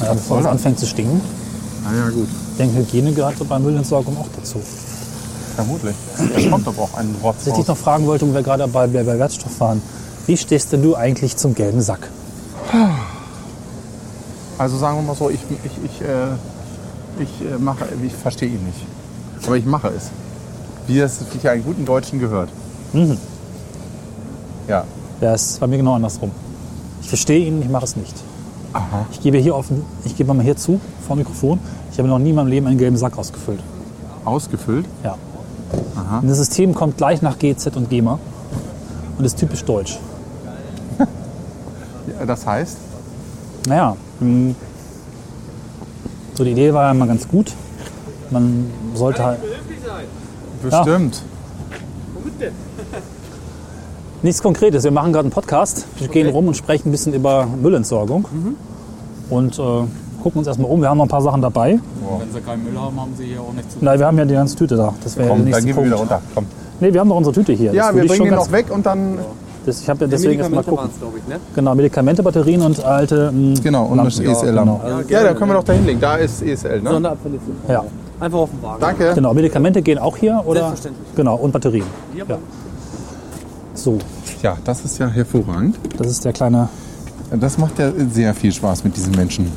S3: naja, bevor
S2: soll
S3: es
S2: das?
S3: anfängt zu stinken,
S2: Ah ja, gut.
S3: denke Hygiene gehört so bei Müllentsorgung auch dazu.
S2: Vermutlich. Da kommt aber auch ein Rotz
S3: Was ich dich
S2: raus.
S3: noch fragen wollte, wo wir gerade bei, bei bei Wertstoff waren, wie stehst denn du eigentlich zum gelben Sack?
S2: Also sagen wir mal so, ich, ich, ich, äh, ich äh, mache, ich verstehe ihn nicht. Aber ich mache es. Wie das sich einen guten Deutschen gehört.
S3: Mhm.
S2: Ja.
S3: Ja, es ist bei mir genau andersrum. Ich verstehe ihn, ich mache es nicht.
S2: Aha.
S3: Ich gebe hier offen, ich gebe mal hier zu, vor dem Mikrofon. Ich habe noch nie in meinem Leben einen gelben Sack ausgefüllt.
S2: Ausgefüllt.
S3: Ja. Und das System kommt gleich nach GZ und GEMA und ist typisch deutsch.
S2: Ja, Das heißt,
S3: Naja, mh, so die Idee war ja mal ganz gut. Man sollte halt.
S2: bestimmt.
S3: Nichts Konkretes. Wir machen gerade einen Podcast. Wir gehen rum und sprechen ein bisschen über Müllentsorgung. Und äh, gucken uns erstmal um. Wir haben noch ein paar Sachen dabei.
S4: Wenn sie keinen Müll haben, haben sie hier auch nichts zu tun.
S3: Nein, wir haben ja die ganze Tüte da. Das wäre ja der
S2: Komm, dann
S3: nächste
S2: gehen wir
S3: Punkt.
S2: wieder runter. Komm.
S3: Nee, wir haben noch unsere Tüte hier.
S2: Ja,
S3: Das
S2: wir
S3: würde ich
S2: bringen
S3: schon
S2: den
S3: ganz-
S2: noch weg und dann.
S3: Das, ich habe ja deswegen erstmal
S4: Medikamente
S3: gucken.
S4: waren's, glaub ich, ne?
S3: Genau, Medikamente, Batterien und alte. hm, mh,
S2: Genau, und das
S3: Lampen.
S2: ESL-Lampe.
S3: genau.
S2: Ja, da können wir doch da hinlegen. Da ist ESL, ne?
S4: Sonderabfälle für Frauen.
S3: Ja,
S4: Einfach auf den Wagen.
S2: Danke.
S3: genau. Medikamente gehen auch hier, oder?
S4: Selbstverständlich.
S3: Genau, und Batterien.
S4: Hier
S3: Ja. So,
S2: Ja, das ist ja hervorragend.
S3: das ist der kleine
S2: Das macht ja sehr viel Spaß mit diesen Menschen.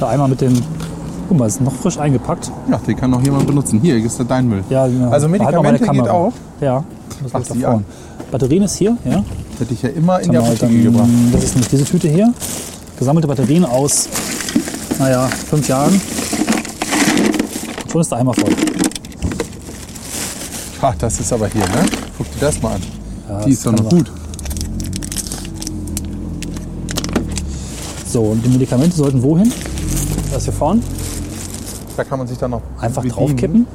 S3: der Eimer mit dem. Guck mal, ist noch frisch eingepackt.
S2: Ja, den kann auch jemand benutzen. Hier, ist da dein Müll.
S3: Ja, genau.
S2: Also
S3: Behalt mal
S2: Medikamente
S3: meine
S2: geht
S3: Kamera.
S2: auch.
S3: Ja, das
S2: Ach,
S3: liegt da
S2: sie
S3: vorne. Batterien ist hier, ja.
S2: Hätte ich ja immer in
S3: Dann
S2: der
S3: mal
S2: Apotheke
S3: dann-
S2: gebracht.
S3: Das ist nicht diese Tüte hier. Gesammelte Batterien aus, naja, fünf Jahren. Und schon ist der Eimer voll.
S2: Ach, das ist aber hier, ne? Guck dir das mal an. Die
S3: das
S2: ist doch
S3: kann
S2: noch
S3: sein.
S2: gut.
S3: So, und die Medikamente sollten wohin? Das hier vorne.
S2: Da kann man sich dann noch
S3: Einfach
S2: bedienen.
S3: draufkippen.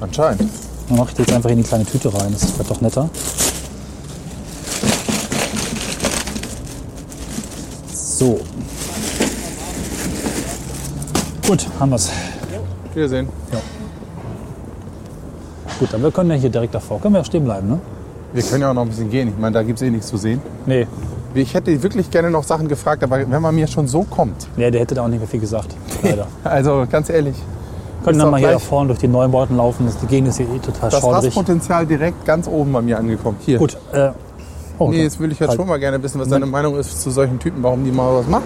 S2: Anscheinend.
S3: Dann mache ich die jetzt einfach in die kleine Tüte rein. Das wird doch netter. So. Gut, haben wir's.
S2: Wiedersehen.
S3: Gut, dann wir können ja hier direkt davor. Können wir auch stehen bleiben, ne?
S2: Wir können ja auch noch ein bisschen gehen. Ich meine, da gibt es eh nichts zu sehen.
S3: Nee.
S2: Ich hätte wirklich gerne noch Sachen gefragt, aber wenn man mir schon so kommt.
S3: Nee, der hätte da auch nicht mehr viel gesagt. Leider.
S2: Also ganz ehrlich,
S3: können
S2: Ist
S3: dann
S2: doch
S3: mal hier da
S2: gleich-
S3: vorne durch die Neubauten laufen. Das, die Gegend ist hier eh total
S2: das
S3: schaudrig.
S2: Rastpotenzial direkt ganz oben bei mir angekommen. Hier.
S3: Gut, äh, oh,
S2: Nee, jetzt will ich jetzt
S3: Halt.
S2: schon mal gerne wissen, was deine Meinung ist zu solchen Typen, warum die mal was machen.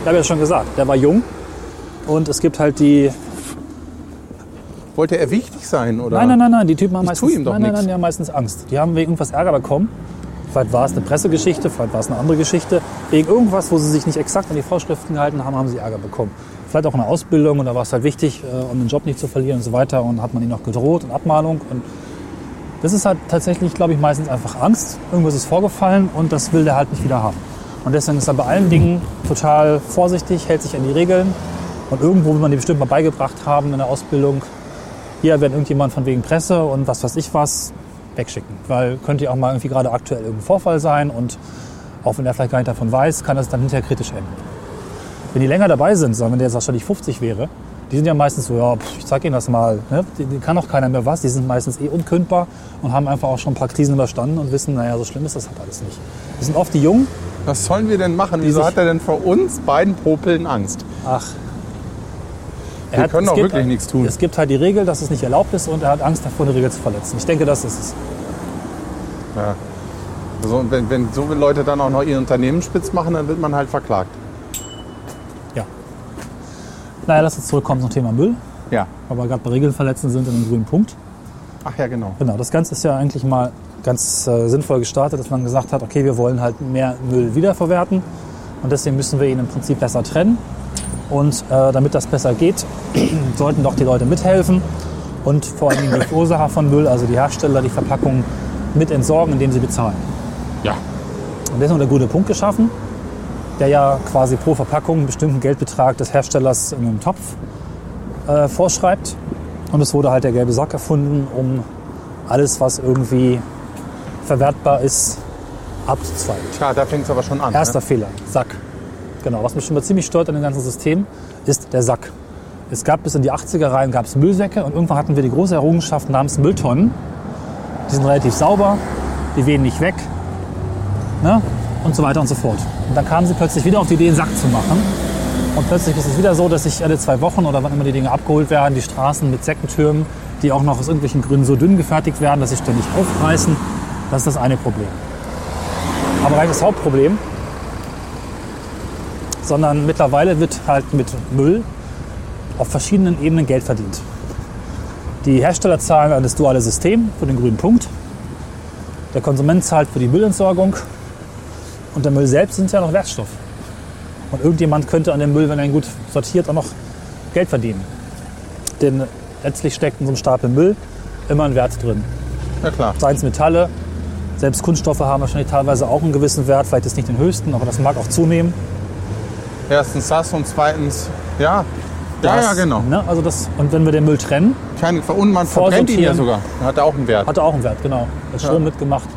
S3: ich habe ja schon gesagt, der war jung. Und es gibt halt die
S2: Wollte er wichtig sein oder?
S3: Nein, nein, nein, nein, die Typen haben
S2: Ich
S3: meistens,
S2: tue ihm doch
S3: nein, nein, nein,
S2: nichts.
S3: die haben meistens Angst. Die haben wegen irgendwas Ärger bekommen. Vielleicht war es eine Pressegeschichte, vielleicht war es eine andere Geschichte. Wegen irgendwas, wo sie sich nicht exakt an die Vorschriften gehalten haben, haben sie Ärger bekommen. Vielleicht auch eine Ausbildung und da war es halt wichtig, äh, um den Job nicht zu verlieren und so weiter. Und hat man ihnen auch gedroht und Abmahnung. Und das ist halt tatsächlich, glaube ich, meistens einfach Angst. Irgendwas ist vorgefallen und das will der halt nicht wieder haben. Und deswegen ist er bei allen Dingen total vorsichtig, hält sich an die Regeln. Und irgendwo will man die bestimmt mal beigebracht haben in der Ausbildung, hier, wenn irgendjemand von wegen Presse und was weiß ich was, wegschicken. Weil könnte ja auch mal irgendwie gerade aktuell irgendein Vorfall sein und auch wenn er vielleicht gar nicht davon weiß, kann das dann hinterher kritisch enden. Wenn die länger dabei sind, sagen wir, wenn der jetzt wahrscheinlich 50 wäre, die sind ja meistens so, ja, pf, ich zeig ihnen das mal. Ne? Die, die kann auch keiner mehr was. Die sind meistens eh unkündbar und haben einfach auch schon ein paar Krisen überstanden und wissen, naja, so schlimm ist das halt alles nicht. Das sind oft die Jungen.
S2: Was sollen wir denn machen? Wieso
S3: sich-
S2: hat er denn vor uns beiden Popeln Angst?
S3: Ach. Er
S2: Wir können
S3: es
S2: auch
S3: gibt-
S2: wirklich nichts tun.
S3: Es gibt halt die Regel, dass es nicht erlaubt ist und er hat Angst davor, eine Regel zu verletzen. Ich denke, das ist es.
S2: So, und wenn, wenn so viele Leute dann auch noch ihr Unternehmen spitz machen, dann wird man halt verklagt.
S3: Ja. Naja, lass uns zurückkommen zum Thema Müll,
S2: Ja.
S3: weil wir gerade bei Regeln verletzen sind in einem grünen Punkt.
S2: Ach ja, genau.
S3: Genau, das Ganze ist ja eigentlich mal ganz äh, sinnvoll gestartet, dass man gesagt hat, okay, wir wollen halt mehr Müll wiederverwerten und deswegen müssen wir ihn im Prinzip besser trennen. Und äh, damit das besser geht, sollten doch die Leute mithelfen und vor allen Dingen die Verursacher von Müll, also die Hersteller, die Verpackungen mit entsorgen, indem sie bezahlen.
S2: Ja.
S3: Und deswegen wurde der gute Punkt geschaffen, der ja quasi pro Verpackung einen bestimmten Geldbetrag des Herstellers in einem Topf äh, vorschreibt. Und es wurde halt der gelbe Sack erfunden, um alles, was irgendwie verwertbar ist, abzuzweigen.
S2: Tja, da fängt es aber schon an.
S3: Erster
S2: ne?
S3: Fehler, Sack. Genau, was mich schon mal ziemlich stört an dem ganzen System, ist der Sack. Es gab bis in die 80er rein gab's Müllsäcke und irgendwann hatten wir die große Errungenschaft namens Mülltonnen. Die sind relativ sauber, die wehen nicht weg ne? und so weiter und so fort. Und dann kamen sie plötzlich wieder auf die Idee, einen Sack zu machen. Und plötzlich ist es wieder so, dass sich alle zwei Wochen oder wann immer die Dinge abgeholt werden, die Straßen mit Säckentürmen, die auch noch aus irgendwelchen Gründen so dünn gefertigt werden, dass sie ständig aufreißen. Das ist das eine Problem. Aber gar nicht das Hauptproblem, sondern mittlerweile wird halt mit Müll auf verschiedenen Ebenen Geld verdient. Die Hersteller zahlen an das duale System für den grünen Punkt. Der Konsument zahlt für die Müllentsorgung. Und der Müll selbst sind ja noch Wertstoff. Und irgendjemand könnte an dem Müll, wenn er ihn gut sortiert, auch noch Geld verdienen. Denn letztlich steckt in so einem Stapel Müll immer ein Wert drin.
S2: ne? Ja klar.
S3: Seien es Metalle, selbst Kunststoffe haben wahrscheinlich teilweise auch einen gewissen Wert, vielleicht ist nicht den höchsten, aber das mag auch zunehmen.
S2: Erstens das und zweitens, ja. Ja, ja,
S3: Das,
S2: genau.
S3: Ne? Also das, und wenn wir den Müll trennen,
S2: Keine, und man verbrennt ihn ja
S3: Vorsortieren.
S2: sogar. Hat er auch einen Wert.
S3: hat er auch einen Wert, genau. Hat
S2: Ja.
S3: schon mitgemacht.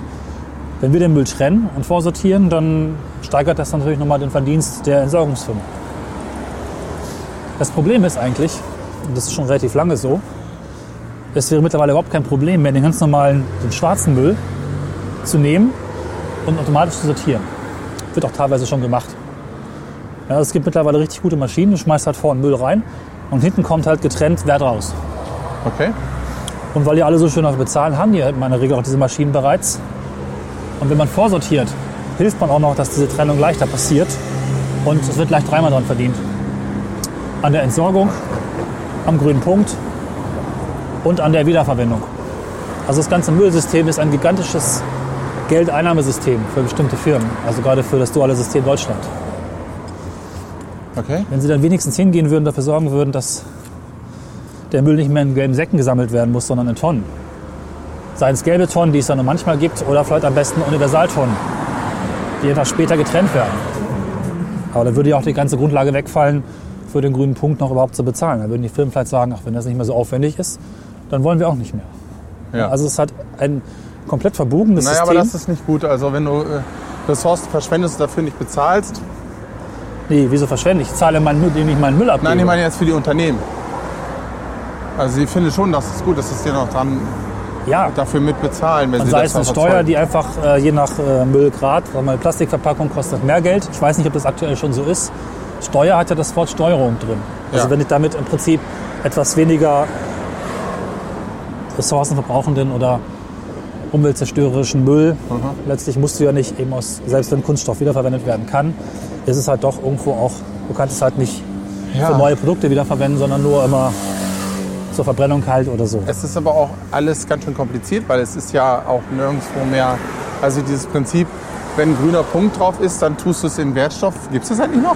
S3: Wenn wir den Müll trennen und vorsortieren, dann steigert das natürlich nochmal den Verdienst der Entsorgungsfirma. Das Problem ist eigentlich, und das ist schon relativ lange so, es wäre mittlerweile überhaupt kein Problem mehr, den ganz normalen, den schwarzen Müll zu nehmen und automatisch zu sortieren. Wird auch teilweise schon gemacht. Ja, es gibt mittlerweile richtig gute Maschinen, du schmeißt halt vorne Müll rein und hinten kommt halt getrennt Wert raus.
S2: Okay.
S3: Und weil die alle so schön dafür bezahlen, haben die halt in meiner Regel auch diese Maschinen bereits. Und wenn man vorsortiert, hilft man auch noch, dass diese Trennung leichter passiert. Und es wird gleich dreimal dran verdient. An der Entsorgung, am grünen Punkt und an der Wiederverwendung. Also das ganze Müllsystem ist ein gigantisches Geldeinnahmesystem für bestimmte Firmen. Also gerade für das duale System Deutschland.
S2: Okay.
S3: Wenn sie dann wenigstens hingehen würden, dafür sorgen würden, dass der Müll nicht mehr in gelben Säcken gesammelt werden muss, sondern in Tonnen. Seien es gelbe Tonnen, die es dann nur manchmal gibt, oder vielleicht am besten Universaltonnen, die etwas später getrennt werden. Aber dann würde ja auch die ganze Grundlage wegfallen, für den grünen Punkt noch überhaupt zu bezahlen. Dann würden die Firmen vielleicht sagen, ach, wenn das nicht mehr so aufwendig ist, dann wollen wir auch nicht mehr.
S2: Ja.
S3: Also es hat ein komplett verbogenes
S2: naja, aber
S3: System.
S2: das ist nicht gut. Also wenn du äh, Ressourcen verschwendest und dafür nicht bezahlst.
S3: nee, wieso verschwende ich? Ich zahle meinen Müll, den ich meinen Müll abgebe.
S2: Nein, ich meine jetzt für die Unternehmen. Also ich finde schon, dass es gut ist, dass sie noch dran
S3: ja,
S2: dafür mitbezahlen, wenn
S3: Und
S2: sie
S3: sei
S2: das
S3: es eine
S2: noch
S3: Steuer,
S2: erzeugen.
S3: die einfach äh, je nach äh, Müllgrad, sagen wir mal, Plastikverpackung kostet mehr Geld. Ich weiß nicht, ob das aktuell schon so ist. Steuer hat ja das Wort Steuerung drin. Also
S2: Ja.
S3: wenn ich damit im Prinzip etwas weniger ressourcenverbrauchenden oder umweltzerstörerischen Müll,
S2: Mhm.
S3: letztlich musst du ja nicht eben aus, selbst wenn Kunststoff wiederverwendet werden kann, ist es halt doch irgendwo auch, du kannst es halt nicht
S2: Ja.
S3: für neue Produkte wiederverwenden, sondern nur immer zur Verbrennung halt oder so.
S2: Es ist aber auch alles ganz schön kompliziert, weil es ist ja auch nirgendwo mehr. Also dieses Prinzip, wenn ein grüner Punkt drauf ist, dann tust du es in Wertstoff. Gibt es das eigentlich noch?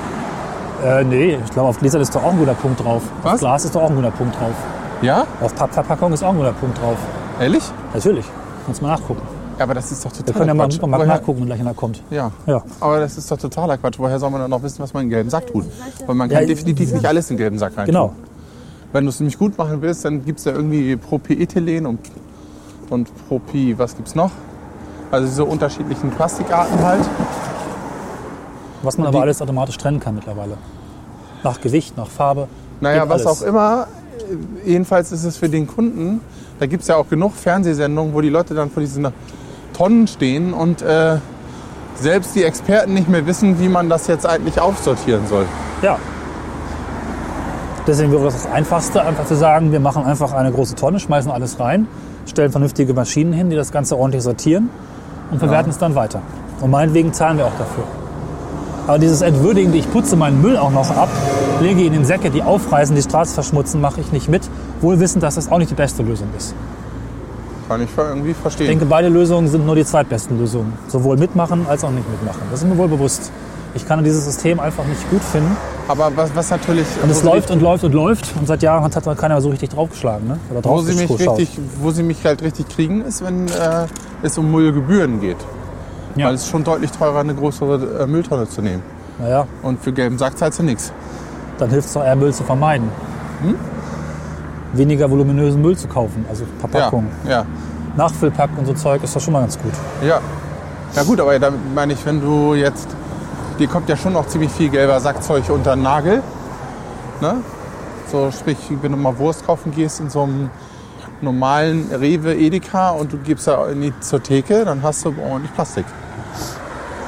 S3: Äh, nee, ich glaube, auf Gläsern ist doch auch ein guter Punkt drauf.
S2: Was?
S3: Auf Glas ist doch auch ein guter Punkt drauf.
S2: Ja?
S3: Auf Pappverpackung ist auch ein guter Punkt drauf.
S2: Ehrlich?
S3: Natürlich. Kannst mal nachgucken.
S2: Ja, aber das ist doch total.
S3: Wir können ja mal im Supermarkt
S2: Woher-
S3: nachgucken, wenn gleich einer kommt.
S2: Ja.
S3: Ja.
S2: Aber das ist doch totaler Quatsch. Woher soll man dann noch wissen, was man in den gelben Sack tut? Weil man kann
S3: Ja,
S2: definitiv nicht alles in den gelben Sack rein.
S3: Genau.
S2: Wenn du es nämlich gut machen willst, dann gibt es ja irgendwie Propiethylen und, und Propi, was gibt's noch? Also diese unterschiedlichen Plastikarten halt.
S3: Was man aber alles automatisch trennen kann mittlerweile. Nach Gewicht, nach Farbe.
S2: Naja,
S3: Geht
S2: was
S3: alles.
S2: auch immer. Äh, Jedenfalls ist es für den Kunden, da gibt es ja auch genug Fernsehsendungen, wo die Leute dann vor diesen Tonnen stehen und äh, selbst die Experten nicht mehr wissen, wie man das jetzt eigentlich aufsortieren soll.
S3: Ja. Deswegen wäre das, das Einfachste, einfach zu sagen, wir machen einfach eine große Tonne, schmeißen alles rein, stellen vernünftige Maschinen hin, die das Ganze ordentlich sortieren und verwerten es dann weiter. Und meinetwegen zahlen wir auch dafür. Aber dieses Entwürdigen, ich putze meinen Müll auch noch ab, lege ihn in Säcke, die aufreißen, die Straße verschmutzen, mache ich nicht mit, wohl wissend, dass das auch nicht die beste Lösung ist.
S2: Kann ich irgendwie verstehen.
S3: Ich denke, beide Lösungen sind nur die zweitbesten Lösungen. Sowohl mitmachen als auch nicht mitmachen. Das ist mir wohl bewusst. Ich kann dieses System einfach nicht gut finden.
S2: Aber was, was natürlich.
S3: Und es
S2: wo sie-
S3: läuft und läuft und läuft. Und seit Jahren hat man keiner so richtig draufgeschlagen. Ne? Oder
S2: Wo sie, mich
S3: draufgeschaut.
S2: richtig, wo sie mich halt richtig kriegen, ist, wenn äh, es um Müllgebühren geht.
S3: Ja.
S2: Weil es ist schon deutlich teurer eine größere äh, Mülltonne zu nehmen.
S3: Naja,
S2: Und für gelben Sack zahlst du nichts. Hm?
S3: dann hilft es doch eher, Müll zu vermeiden. weniger voluminösen Müll zu kaufen, also
S2: Ja,
S3: Verpackungen.
S2: ja,
S3: Nachfüllpack und so Zeug ist doch schon mal ganz gut.
S2: ja. Ja gut, aber damit meine ich, wenn du jetzt, dir kommt ja schon noch ziemlich viel gelber Sackzeug unter den Nagel. Ne? So sprich, wenn du mal Wurst kaufen gehst in so einem normalen Rewe Edeka und du gibst da in die zur Theke, dann hast du ordentlich Plastik.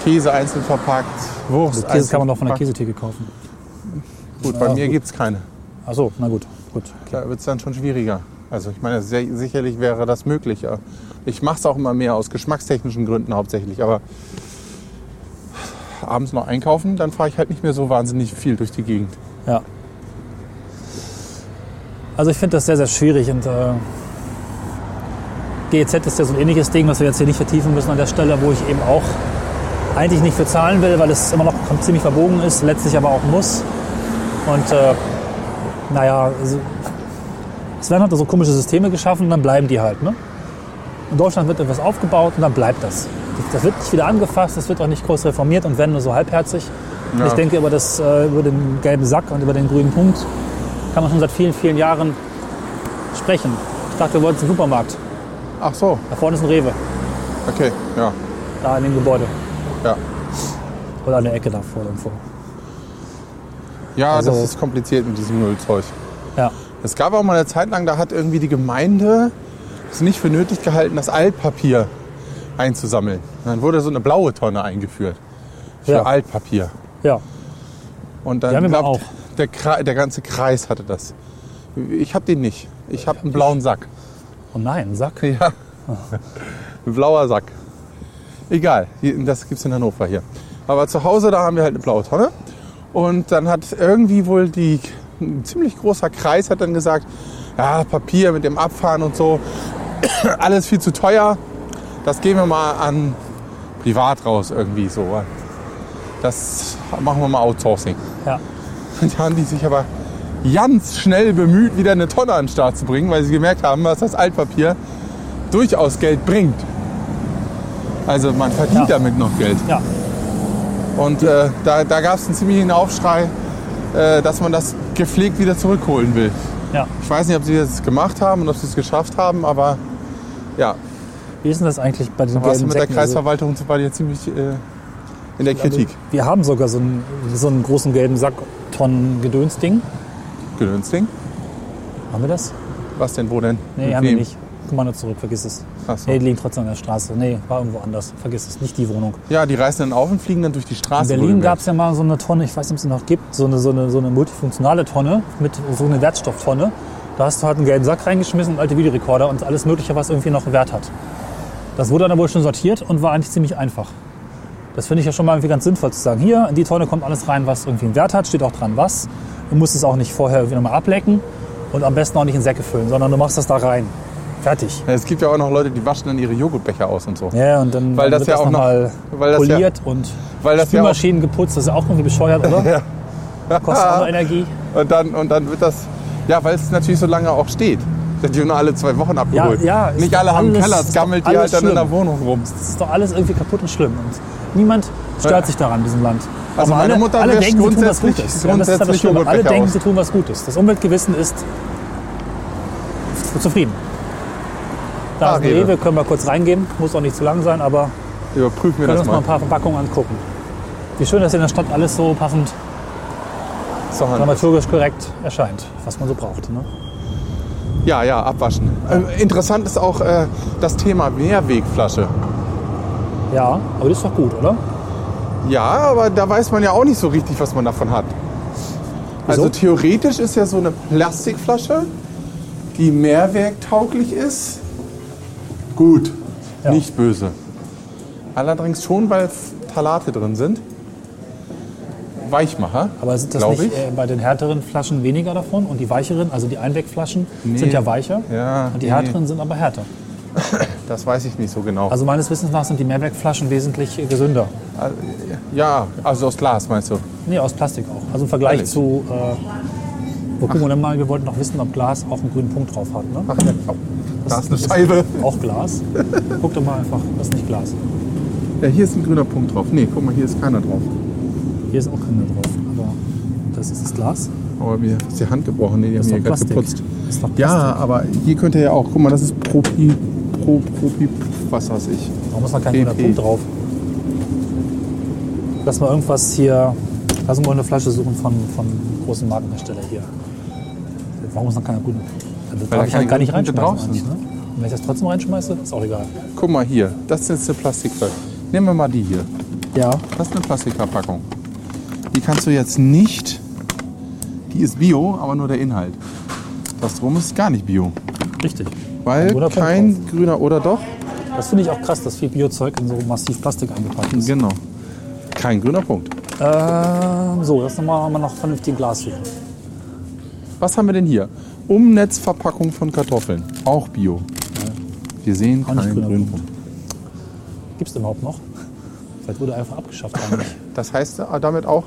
S2: Käse einzeln verpackt, Wurst
S3: Also Käse kann man doch von der
S2: einzeln
S3: Käsetheke kaufen.
S2: verpackt. Gut, bei
S3: Ja,
S2: mir
S3: gut.
S2: gibt es keine.
S3: Achso, na gut, gut.
S2: Da wird es dann schon schwieriger. Also ich meine, sehr, sicherlich wäre das möglich. aber Ich mache es auch immer mehr aus geschmackstechnischen Gründen hauptsächlich. Aber abends noch einkaufen, dann fahre ich halt nicht mehr so wahnsinnig viel durch die Gegend.
S3: Ja. Also ich finde das sehr, sehr schwierig und äh, GEZ ist ja so ein ähnliches Ding, was wir jetzt hier nicht vertiefen müssen an der Stelle, wo ich eben auch eigentlich nicht für zahlen will, weil es immer noch ziemlich verbogen ist, letztlich aber auch muss. Und äh, naja, also, es werden halt so komische Systeme geschaffen und dann bleiben die halt. Ne? In Deutschland wird etwas aufgebaut und dann bleibt das. Das- Das wird nicht wieder angefasst, das wird auch nicht groß reformiert und wenn nur so halbherzig. Und Ich denke, über, das, äh, über den gelben Sack und über den grünen Punkt kann man schon seit vielen, vielen Jahren sprechen. Ich dachte, wir wollten zum Supermarkt.
S2: Ach so,
S3: Da vorne ist ein Rewe,
S2: okay, ja,
S3: da in dem Gebäude.
S2: ja.
S3: Oder an der Ecke da vorne irgendwo.
S2: Ja, das
S3: Also-
S2: ist kompliziert mit diesem Müllzeug.
S3: Ja,
S2: Es gab auch mal eine Zeit lang, da hat irgendwie die Gemeinde es nicht für nötig gehalten, das Altpapier einzusammeln. Und dann wurde so eine blaue Tonne eingeführt für
S3: Ja.
S2: Altpapier.
S3: ja.
S2: Und dann
S3: Die haben wir
S2: glaubt,
S3: auch.
S2: Der, Kre- der ganze Kreis hatte das. Ich habe den nicht. Ich habe einen blauen Sack.
S3: Oh nein, Sack.
S2: Ja. Ein blauer Sack. Egal, hier- das gibt's in Hannover hier. Aber zu Hause, da haben wir halt eine blaue Tonne. Und dann hat irgendwie wohl die, ein ziemlich großer Kreis hat dann gesagt, ja, Papier mit dem Abfahren und so, alles viel zu teuer. Das geben wir mal an privat raus irgendwie so. Das machen wir mal Outsourcing.
S3: Ja.
S2: Und da haben die sich aber ganz schnell bemüht, wieder eine Tonne an den Start zu bringen, weil sie gemerkt haben, dass das Altpapier durchaus Geld bringt. Also man verdient
S3: Ja.
S2: damit noch Geld.
S3: Ja.
S2: Und äh, da, da gab es einen ziemlichen Aufschrei, äh, dass man das gepflegt wieder zurückholen will.
S3: ja.
S2: Ich weiß nicht, ob sie das gemacht haben und ob sie es geschafft haben, aber ja,
S3: Wie ist denn das eigentlich bei den
S2: da warst du
S3: gelben
S2: mit der
S3: Säcken? Also,
S2: Kreisverwaltung zu ja ziemlich äh, in der Kritik
S3: Wir haben sogar so einen, so einen großen gelben Sack-Tonnen-Gedöns-Ding.
S2: gedünstigt.
S3: Haben wir das?
S2: Was denn, wo denn?
S3: Nee,
S2: Mit
S3: haben wir
S2: wem?
S3: nicht. Komm mal nur zurück, vergiss es.
S2: Ach so.
S3: Nee, die liegen trotzdem an der Straße. Nee, war irgendwo anders. Vergiss es, nicht die Wohnung.
S2: Ja, die reißen dann auf und fliegen dann durch die
S3: In
S2: Straße.
S3: Berlin
S2: rüber.
S3: gab es ja mal so eine Tonne, ich weiß nicht, ob es sie noch gibt, so eine, so, eine, so eine multifunktionale Tonne mit so eine Wertstofftonne. Da hast du halt einen gelben Sack reingeschmissen und alte Videorekorder und alles Mögliche, was irgendwie noch Wert hat. Das wurde dann wohl schon sortiert und war eigentlich ziemlich einfach. Das finde ich ja schon mal irgendwie ganz sinnvoll zu sagen, hier in die Tonne kommt alles rein, was irgendwie einen Wert hat, steht auch dran was. Du musst es auch nicht vorher irgendwie nochmal ablecken und am besten auch nicht in Säcke füllen, sondern du machst das da rein. Fertig.
S2: Ja, Es gibt ja auch noch Leute, die waschen dann ihre Joghurtbecher aus und so.
S3: Ja, und dann,
S2: Weil
S3: dann
S2: das
S3: wird
S2: ja
S3: das
S2: auch noch-
S3: nochmal
S2: weil das ja-
S3: poliert und
S2: Weil das ja auch,
S3: Spülmaschinen geputzt, das ist auch irgendwie bescheuert, oder? Kostet auch noch Energie.
S2: und, dann, und dann wird das, ja, weil es natürlich so lange auch steht. Die werden nur alle zwei Wochen abgeholt.
S3: ja, ist
S2: Nicht
S3: doch
S2: alle haben einen
S3: alles-
S2: Keller, es
S3: ist doch
S2: gammelt die
S3: alles
S2: halt dann in
S3: schlimm.
S2: der Wohnung rum.
S3: Das ist doch alles irgendwie kaputt und schlimm. Und niemand stört sich daran in diesem Land.
S2: Also meine Mutter
S3: alle
S2: wäscht
S3: denken, sie tun was
S2: grundsätzlich-
S3: Gutes. Ja, das ist halt das
S2: grundsätzlich
S3: Schlimme. Alle
S2: Joghurtbecher
S3: denken,
S2: aus.
S3: sie tun was Gutes. Das Umweltgewissen ist zufrieden. Da
S2: Ah,
S3: ist eine
S2: Rewe.
S3: Rewe, können wir kurz reingehen. Muss auch nicht zu lang sein, aber
S2: Überprüfen wir
S3: können
S2: das
S3: uns mal
S2: mal.
S3: ein paar Verpackungen angucken. Wie schön, dass in der Stadt alles so passend
S2: Zur Hand.
S3: dramaturgisch korrekt erscheint, was man so braucht. Ne?
S2: Ja, ja, abwaschen. Ähm, interessant ist auch äh, das Thema Mehrwegflasche.
S3: Ja, aber das ist doch gut, oder?
S2: Ja, aber da weiß man ja auch nicht so richtig, was man davon hat.
S3: Wieso?
S2: Also theoretisch ist ja so eine Plastikflasche, die mehrwerktauglich ist, gut,
S3: Ja.
S2: nicht böse. Allerdings schon, weil Talate drin sind. Weichmacher,
S3: Aber sind das
S2: glaub
S3: nicht
S2: ich.
S3: äh, bei den härteren Flaschen weniger davon? Und die weicheren, also die Einwegflaschen, sind ja weicher.
S2: Ja,
S3: und die
S2: nee.
S3: härteren sind aber härter.
S2: Das weiß ich nicht so genau.
S3: Also meines Wissens nach sind die Mehrwegflaschen wesentlich äh, gesünder.
S2: ja, also aus Glas meinst du?
S3: Nee, aus Plastik auch. Also im Vergleich
S2: Ehrlich?
S3: zu. Äh, wo gucken wir denn mal? Wir wollten noch wissen, ob Glas auch einen grünen Punkt drauf hat. Ne?
S2: Ach, ja. oh, da ist eine Scheibe.
S3: Auch Glas. Guck doch mal einfach, das ist nicht Glas.
S2: Ja, hier ist ein grüner Punkt drauf. Nee, guck mal, hier ist keiner drauf.
S3: Hier ist auch keiner drauf. Aber das ist das Glas.
S2: Oh, mir ist die Hand gebrochen. Nee, die haben
S3: ist
S2: mir
S3: doch
S2: gerade
S3: Plastik.
S2: geputzt.
S3: Ist doch
S2: Ja, aber hier könnt ihr ja auch, guck mal, das ist Propi, Pro, Propi, was weiß ich.
S3: Warum ist da kein grüner
S2: PP.
S3: Punkt drauf? Lass mal irgendwas hier. Lass uns mal eine Flasche suchen von, von großen Markenhersteller hier. Warum ist noch keiner grüner? Da
S2: da
S3: darf ich
S2: keine
S3: halt gar nicht
S2: grünen Punkte
S3: reinschmeißen.
S2: drauf sind.
S3: eigentlich, ne? Und wenn ich das trotzdem reinschmeiße, ist auch egal.
S2: Guck mal hier, das ist jetzt eine Plastikverpackung. Nehmen wir mal die hier.
S3: Ja.
S2: Das ist eine Plastikverpackung. Die kannst du jetzt nicht. Die ist bio, aber nur der Inhalt. Das drum ist gar nicht bio.
S3: Richtig.
S2: Weil
S3: Ein guter Punkt
S2: kein grüner oder doch?
S3: Das finde ich auch krass, dass viel Biozeug in so massiv Plastik eingepackt ist.
S2: Genau. Kein grüner Punkt.
S3: Ähm, so, lass nochmal mal noch vernünftig Glas suchen.
S2: Was haben wir denn hier? Umnetzverpackung von Kartoffeln. Auch bio. Wir sehen
S3: Auch nicht
S2: keinen
S3: grüner
S2: grünen
S3: Punkt.
S2: Punkt.
S3: Gibt's überhaupt noch? Vielleicht wurde einfach abgeschafft eigentlich.
S2: Das heißt äh, damit auch,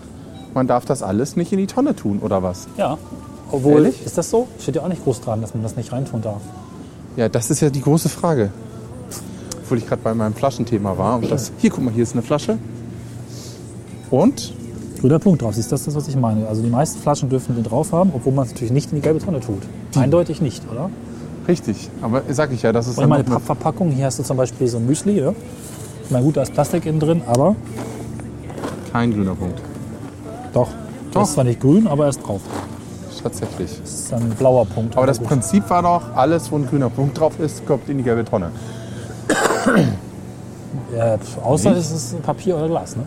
S2: man darf das alles nicht in die Tonne tun, oder was?
S3: Ja. Obwohl,
S2: Ehrlich?
S3: ist das so? Steht ja auch nicht groß dran, dass man das nicht reintun darf.
S2: Ja, das ist ja die große Frage. Obwohl ich gerade bei meinem Flaschenthema war. Und das, hier, guck mal, hier ist eine Flasche. Und?
S3: Grüner Punkt drauf, siehst du das, ist das, was ich meine? Also die meisten Flaschen dürfen den drauf haben, obwohl man es natürlich nicht in die gelbe Tonne tut. Eindeutig nicht, oder?
S2: Richtig. Aber sag ich ja, das ist
S3: Und ich meine,
S2: einfach nur-
S3: Pappverpackung, hier hast du zum Beispiel so ein Müsli, ja? Ich meine, gut, da ist Plastik innen drin, aber
S2: kein grüner Punkt.
S3: doch.
S2: Doch.
S3: Ist zwar nicht grün, aber er ist drauf.
S2: Tatsächlich.
S3: Das ist dann ein blauer Punkt.
S2: Aber das
S3: gut.
S2: Prinzip war doch, alles, wo ein grüner Punkt drauf ist, kommt in die gelbe Tonne.
S3: ja, pf, Außer es ist Papier oder Glas, ne?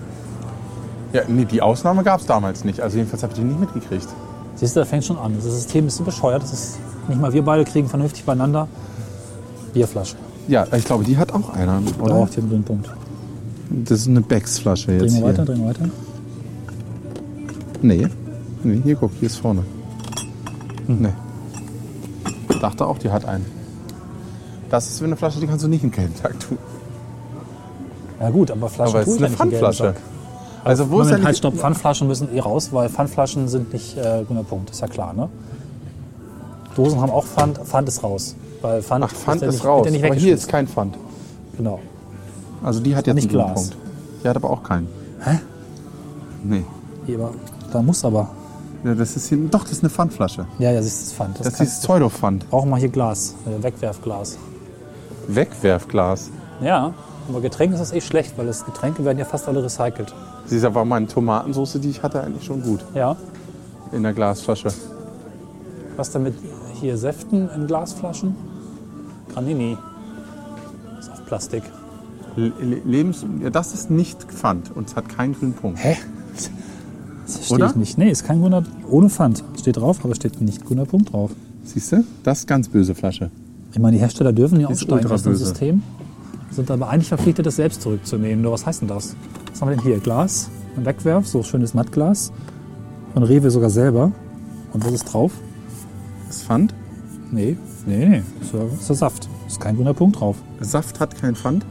S2: Ja, nee, die Ausnahme gab es damals nicht. Also jedenfalls habe ich die nicht mitgekriegt.
S3: Siehst du, da fängt schon an. Das System ist so bescheuert, das ist nicht mal wir beide kriegen vernünftig beieinander Bierflaschen.
S2: Ja, ich glaube, die hat auch einer.
S3: Da
S2: Oder?
S3: braucht ihr einen grünen Punkt.
S2: Das ist eine Becks-Flasche jetzt.
S3: Drehen wir
S2: hier.
S3: weiter, drehen wir weiter.
S2: Nee. nee. Hier, guck, hier ist vorne.
S3: Hm.
S2: Nee. Dachte auch, die hat einen. Das ist wie eine Flasche, die kannst du nicht in den gelben Sack tun.
S3: Ja gut, aber Flaschen
S2: Aber es
S3: tue
S2: ist
S3: ich
S2: eine
S3: ja nicht in den gelben
S2: Pfandflasche.
S3: Sack.
S2: Also wo ist
S3: Moment,
S2: denn
S3: halt,
S2: die,
S3: stopp. Pfandflaschen müssen eh raus, weil Pfandflaschen sind nicht äh, grüner Punkt, ist ja klar, ne? Dosen haben auch Pfand, Pfand ist raus. Weil Pfand,
S2: Ach, Pfand
S3: ja
S2: ist
S3: nicht,
S2: raus.
S3: Wird ja nicht
S2: aber hier ist
S3: weggeschmissen.
S2: kein Pfand.
S3: Genau.
S2: Also die hat jetzt
S3: nicht
S2: einen grünen
S3: Glas.
S2: Punkt. Die hat aber auch keinen.
S3: Hä?
S2: Nee.
S3: Hier, aber, da muss aber.
S2: Ja, das ist hier, doch, das ist eine Pfandflasche.
S3: Ja, ja, siehst du das Pfand.
S2: Das,
S3: kann-
S2: ist Pseudo-Pfand.
S3: Brauchen wir hier Glas, äh, Wegwerfglas.
S2: Wegwerfglas.
S3: Ja, aber Getränk ist das eh schlecht, weil das Getränke werden ja fast alle recycelt.
S2: Das ist aber meine Tomatensoße, die ich hatte, eigentlich schon gut.
S3: Ja,
S2: In der Glasflasche.
S3: was damit hier Säften in Glasflaschen? Granini. Ist auch Plastik.
S2: Le- Le- Lebens ja, das ist nicht Pfand und es hat keinen grünen Punkt.
S3: Hä? Das verstehe
S2: Oder?
S3: ich nicht. Nee, ist kein grüner, ohne Pfand. Steht drauf, aber steht nicht grüner Punkt drauf.
S2: Siehst du? Das ist ganz böse Flasche.
S3: Ich meine, die Hersteller dürfen ja
S2: Die ist
S3: aussteigen aus dem
S2: ultraböse.
S3: System, sind aber eigentlich verpflichtet, das selbst zurückzunehmen. Nur was heißt denn das? Was haben wir denn hier? Glas, ein Wegwerf, so schönes Mattglas. Von Rewe sogar selber. Und was ist drauf?
S2: Ist Pfand?
S3: Nee, nee, nee. Ist ja, ist ja Saft. Ist kein grüner Punkt drauf.
S2: Saft hat keinen Pfand.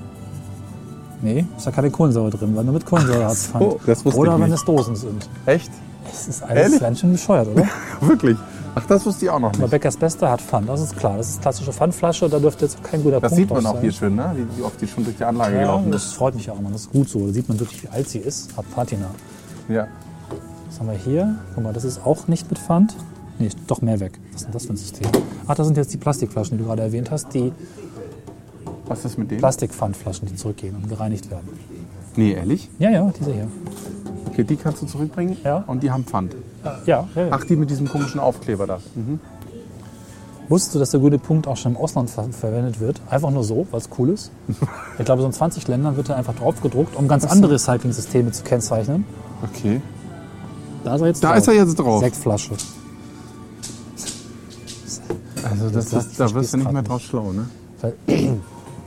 S3: Nee, ist ja keine Kohlensäure drin, weil nur mit Kohlensäure hat es
S2: so, das wusste
S3: Oder
S2: ich
S3: wenn
S2: nicht.
S3: es Dosen sind.
S2: Echt?
S3: Es ist alles
S2: Ehrlich?
S3: ganz schön bescheuert, oder?
S2: Wirklich? Ach, das wusste ich auch noch
S3: Aber
S2: nicht.
S3: Beckers Beste hat Pfand, das ist klar. Das ist klassische Pfandflasche, da dürfte jetzt auch kein guter
S2: Das
S3: Punkt
S2: sieht man
S3: drauf
S2: auch
S3: sein.
S2: hier schön, ne? wie, wie oft die schon durch die Anlage
S3: Ja,
S2: gelaufen ist.
S3: das freut mich auch immer, das ist gut so. Da sieht man wirklich, wie alt sie ist, hat Patina.
S2: Ja.
S3: Was haben wir hier? Guck mal, das ist auch nicht mit Pfand. Nee, ist doch mehr weg. Was ist denn das für ein System? Ach, das sind jetzt die Plastikflaschen, die du gerade erwähnt hast, die
S2: Was ist mit dem?
S3: Plastikpfandflaschen, die zurückgehen und gereinigt werden.
S2: Nee, ehrlich?
S3: Ja, ja, diese hier.
S2: Okay, die kannst du zurückbringen
S3: Ja.
S2: und die haben Pfand.
S3: Ja, ja, ja.
S2: Ach, die mit diesem komischen Aufkleber da.
S3: Wusstest du, dass der grüne Punkt auch schon im Ausland ver verwendet wird? Einfach nur so, weil es cool ist. Ich glaube, so in 20 Ländern wird er einfach drauf gedruckt, um ganz andere Recycling-Systeme zu kennzeichnen.
S2: Okay.
S3: Da ist er jetzt
S2: Da
S3: drauf.
S2: ist er jetzt drauf.
S3: Sektflasche.
S2: Also das,
S3: Das-
S2: ist, da wirst du nicht mehr
S3: versteh's grad
S2: drauf schlau, ne?
S3: Weil-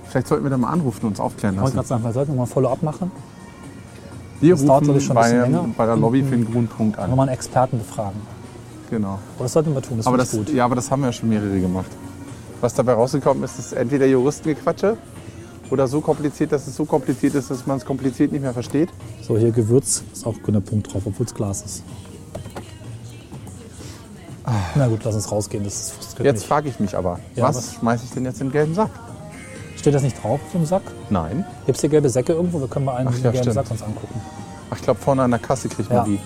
S2: Vielleicht sollten wir da mal anrufen und uns aufklären
S3: Ich wollte
S2: lassen.
S3: gerade sagen, wir sollten mal ein Follow-up machen.
S2: Wir
S3: das dauert, glaub ich,
S2: rufen
S3: schon ein bisschen
S2: bei,
S3: länger.
S2: bei der Lobby für den grünen Punkt
S3: Einfach
S2: an.
S3: mal einen Experten befragen.
S2: Genau.
S3: Aber das sollten wir tun, das
S2: Aber
S3: ist
S2: das,
S3: gut.
S2: ja, aber das haben ja schon mehrere gemacht. Was dabei rausgekommen ist, ist entweder Juristengequatsche oder so kompliziert, dass es so kompliziert ist, dass man es kompliziert nicht mehr versteht.
S3: So, hier Gewürz ist auch grüner Punkt drauf, obwohl es Glas ist. Na gut, lass uns rausgehen. Das ist das geht
S2: Jetzt
S3: nicht.
S2: frage ich mich aber,
S3: Ja,
S2: was
S3: was?
S2: schmeiße ich denn jetzt in den gelben Sack?
S3: Steht das nicht drauf auf dem Sack?
S2: Nein.
S3: Gibt es hier gelbe Säcke irgendwo? Wir können mal einen
S2: Ach ja,
S3: gelben
S2: stimmt.
S3: Sack uns angucken.
S2: Ach, ich glaube, vorne an der Kasse kriegt man
S3: Ja.
S2: die.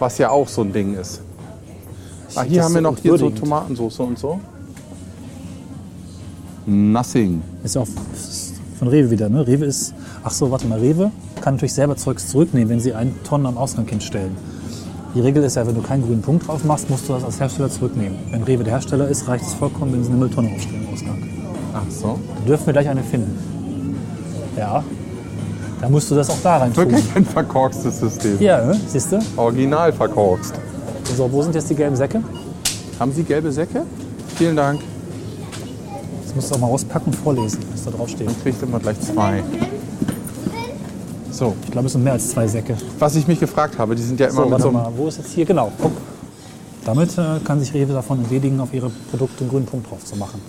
S2: Was ja auch so ein Ding ist. Ah, hier
S3: das
S2: haben
S3: so
S2: wir noch hier so
S3: entwürdigend.
S2: Tomatensauce und so.
S5: Nothing.
S3: Ist ja auch von Rewe wieder, ne? Rewe ist. Ach so, warte mal. Rewe kann natürlich selber Zeugs zurücknehmen, wenn sie einen Tonnen am Ausgang hinstellen. Die Regel ist ja, wenn du keinen grünen Punkt drauf machst, musst du das als Hersteller zurücknehmen. Wenn Rewe der Hersteller ist, reicht es vollkommen, wenn sie eine Mülltonne aufstellen am Ausgang.
S2: Ach so.
S3: Da dürfen wir gleich eine finden. Ja. Da musst du das auch da rein tun.
S2: Wirklich ein verkorkstes System.
S3: Ja, ne? siehst du?
S2: Original verkorkst.
S3: So, wo sind jetzt die gelben Säcke?
S2: Haben Sie gelbe Säcke? Vielen Dank.
S3: Das musst du auch mal rauspacken und vorlesen, was da drauf steht.
S2: Dann kriegt immer gleich zwei. So,
S3: Ich glaube, es sind mehr als zwei Säcke.
S2: was ich mich gefragt habe, die sind ja immer
S3: So,
S2: mit
S3: warte
S2: so einem
S3: mal, wo ist jetzt hier? Genau, guck. Damit äh, kann sich Rewe davon entledigen, auf ihre Produkte einen grünen Punkt drauf zu machen.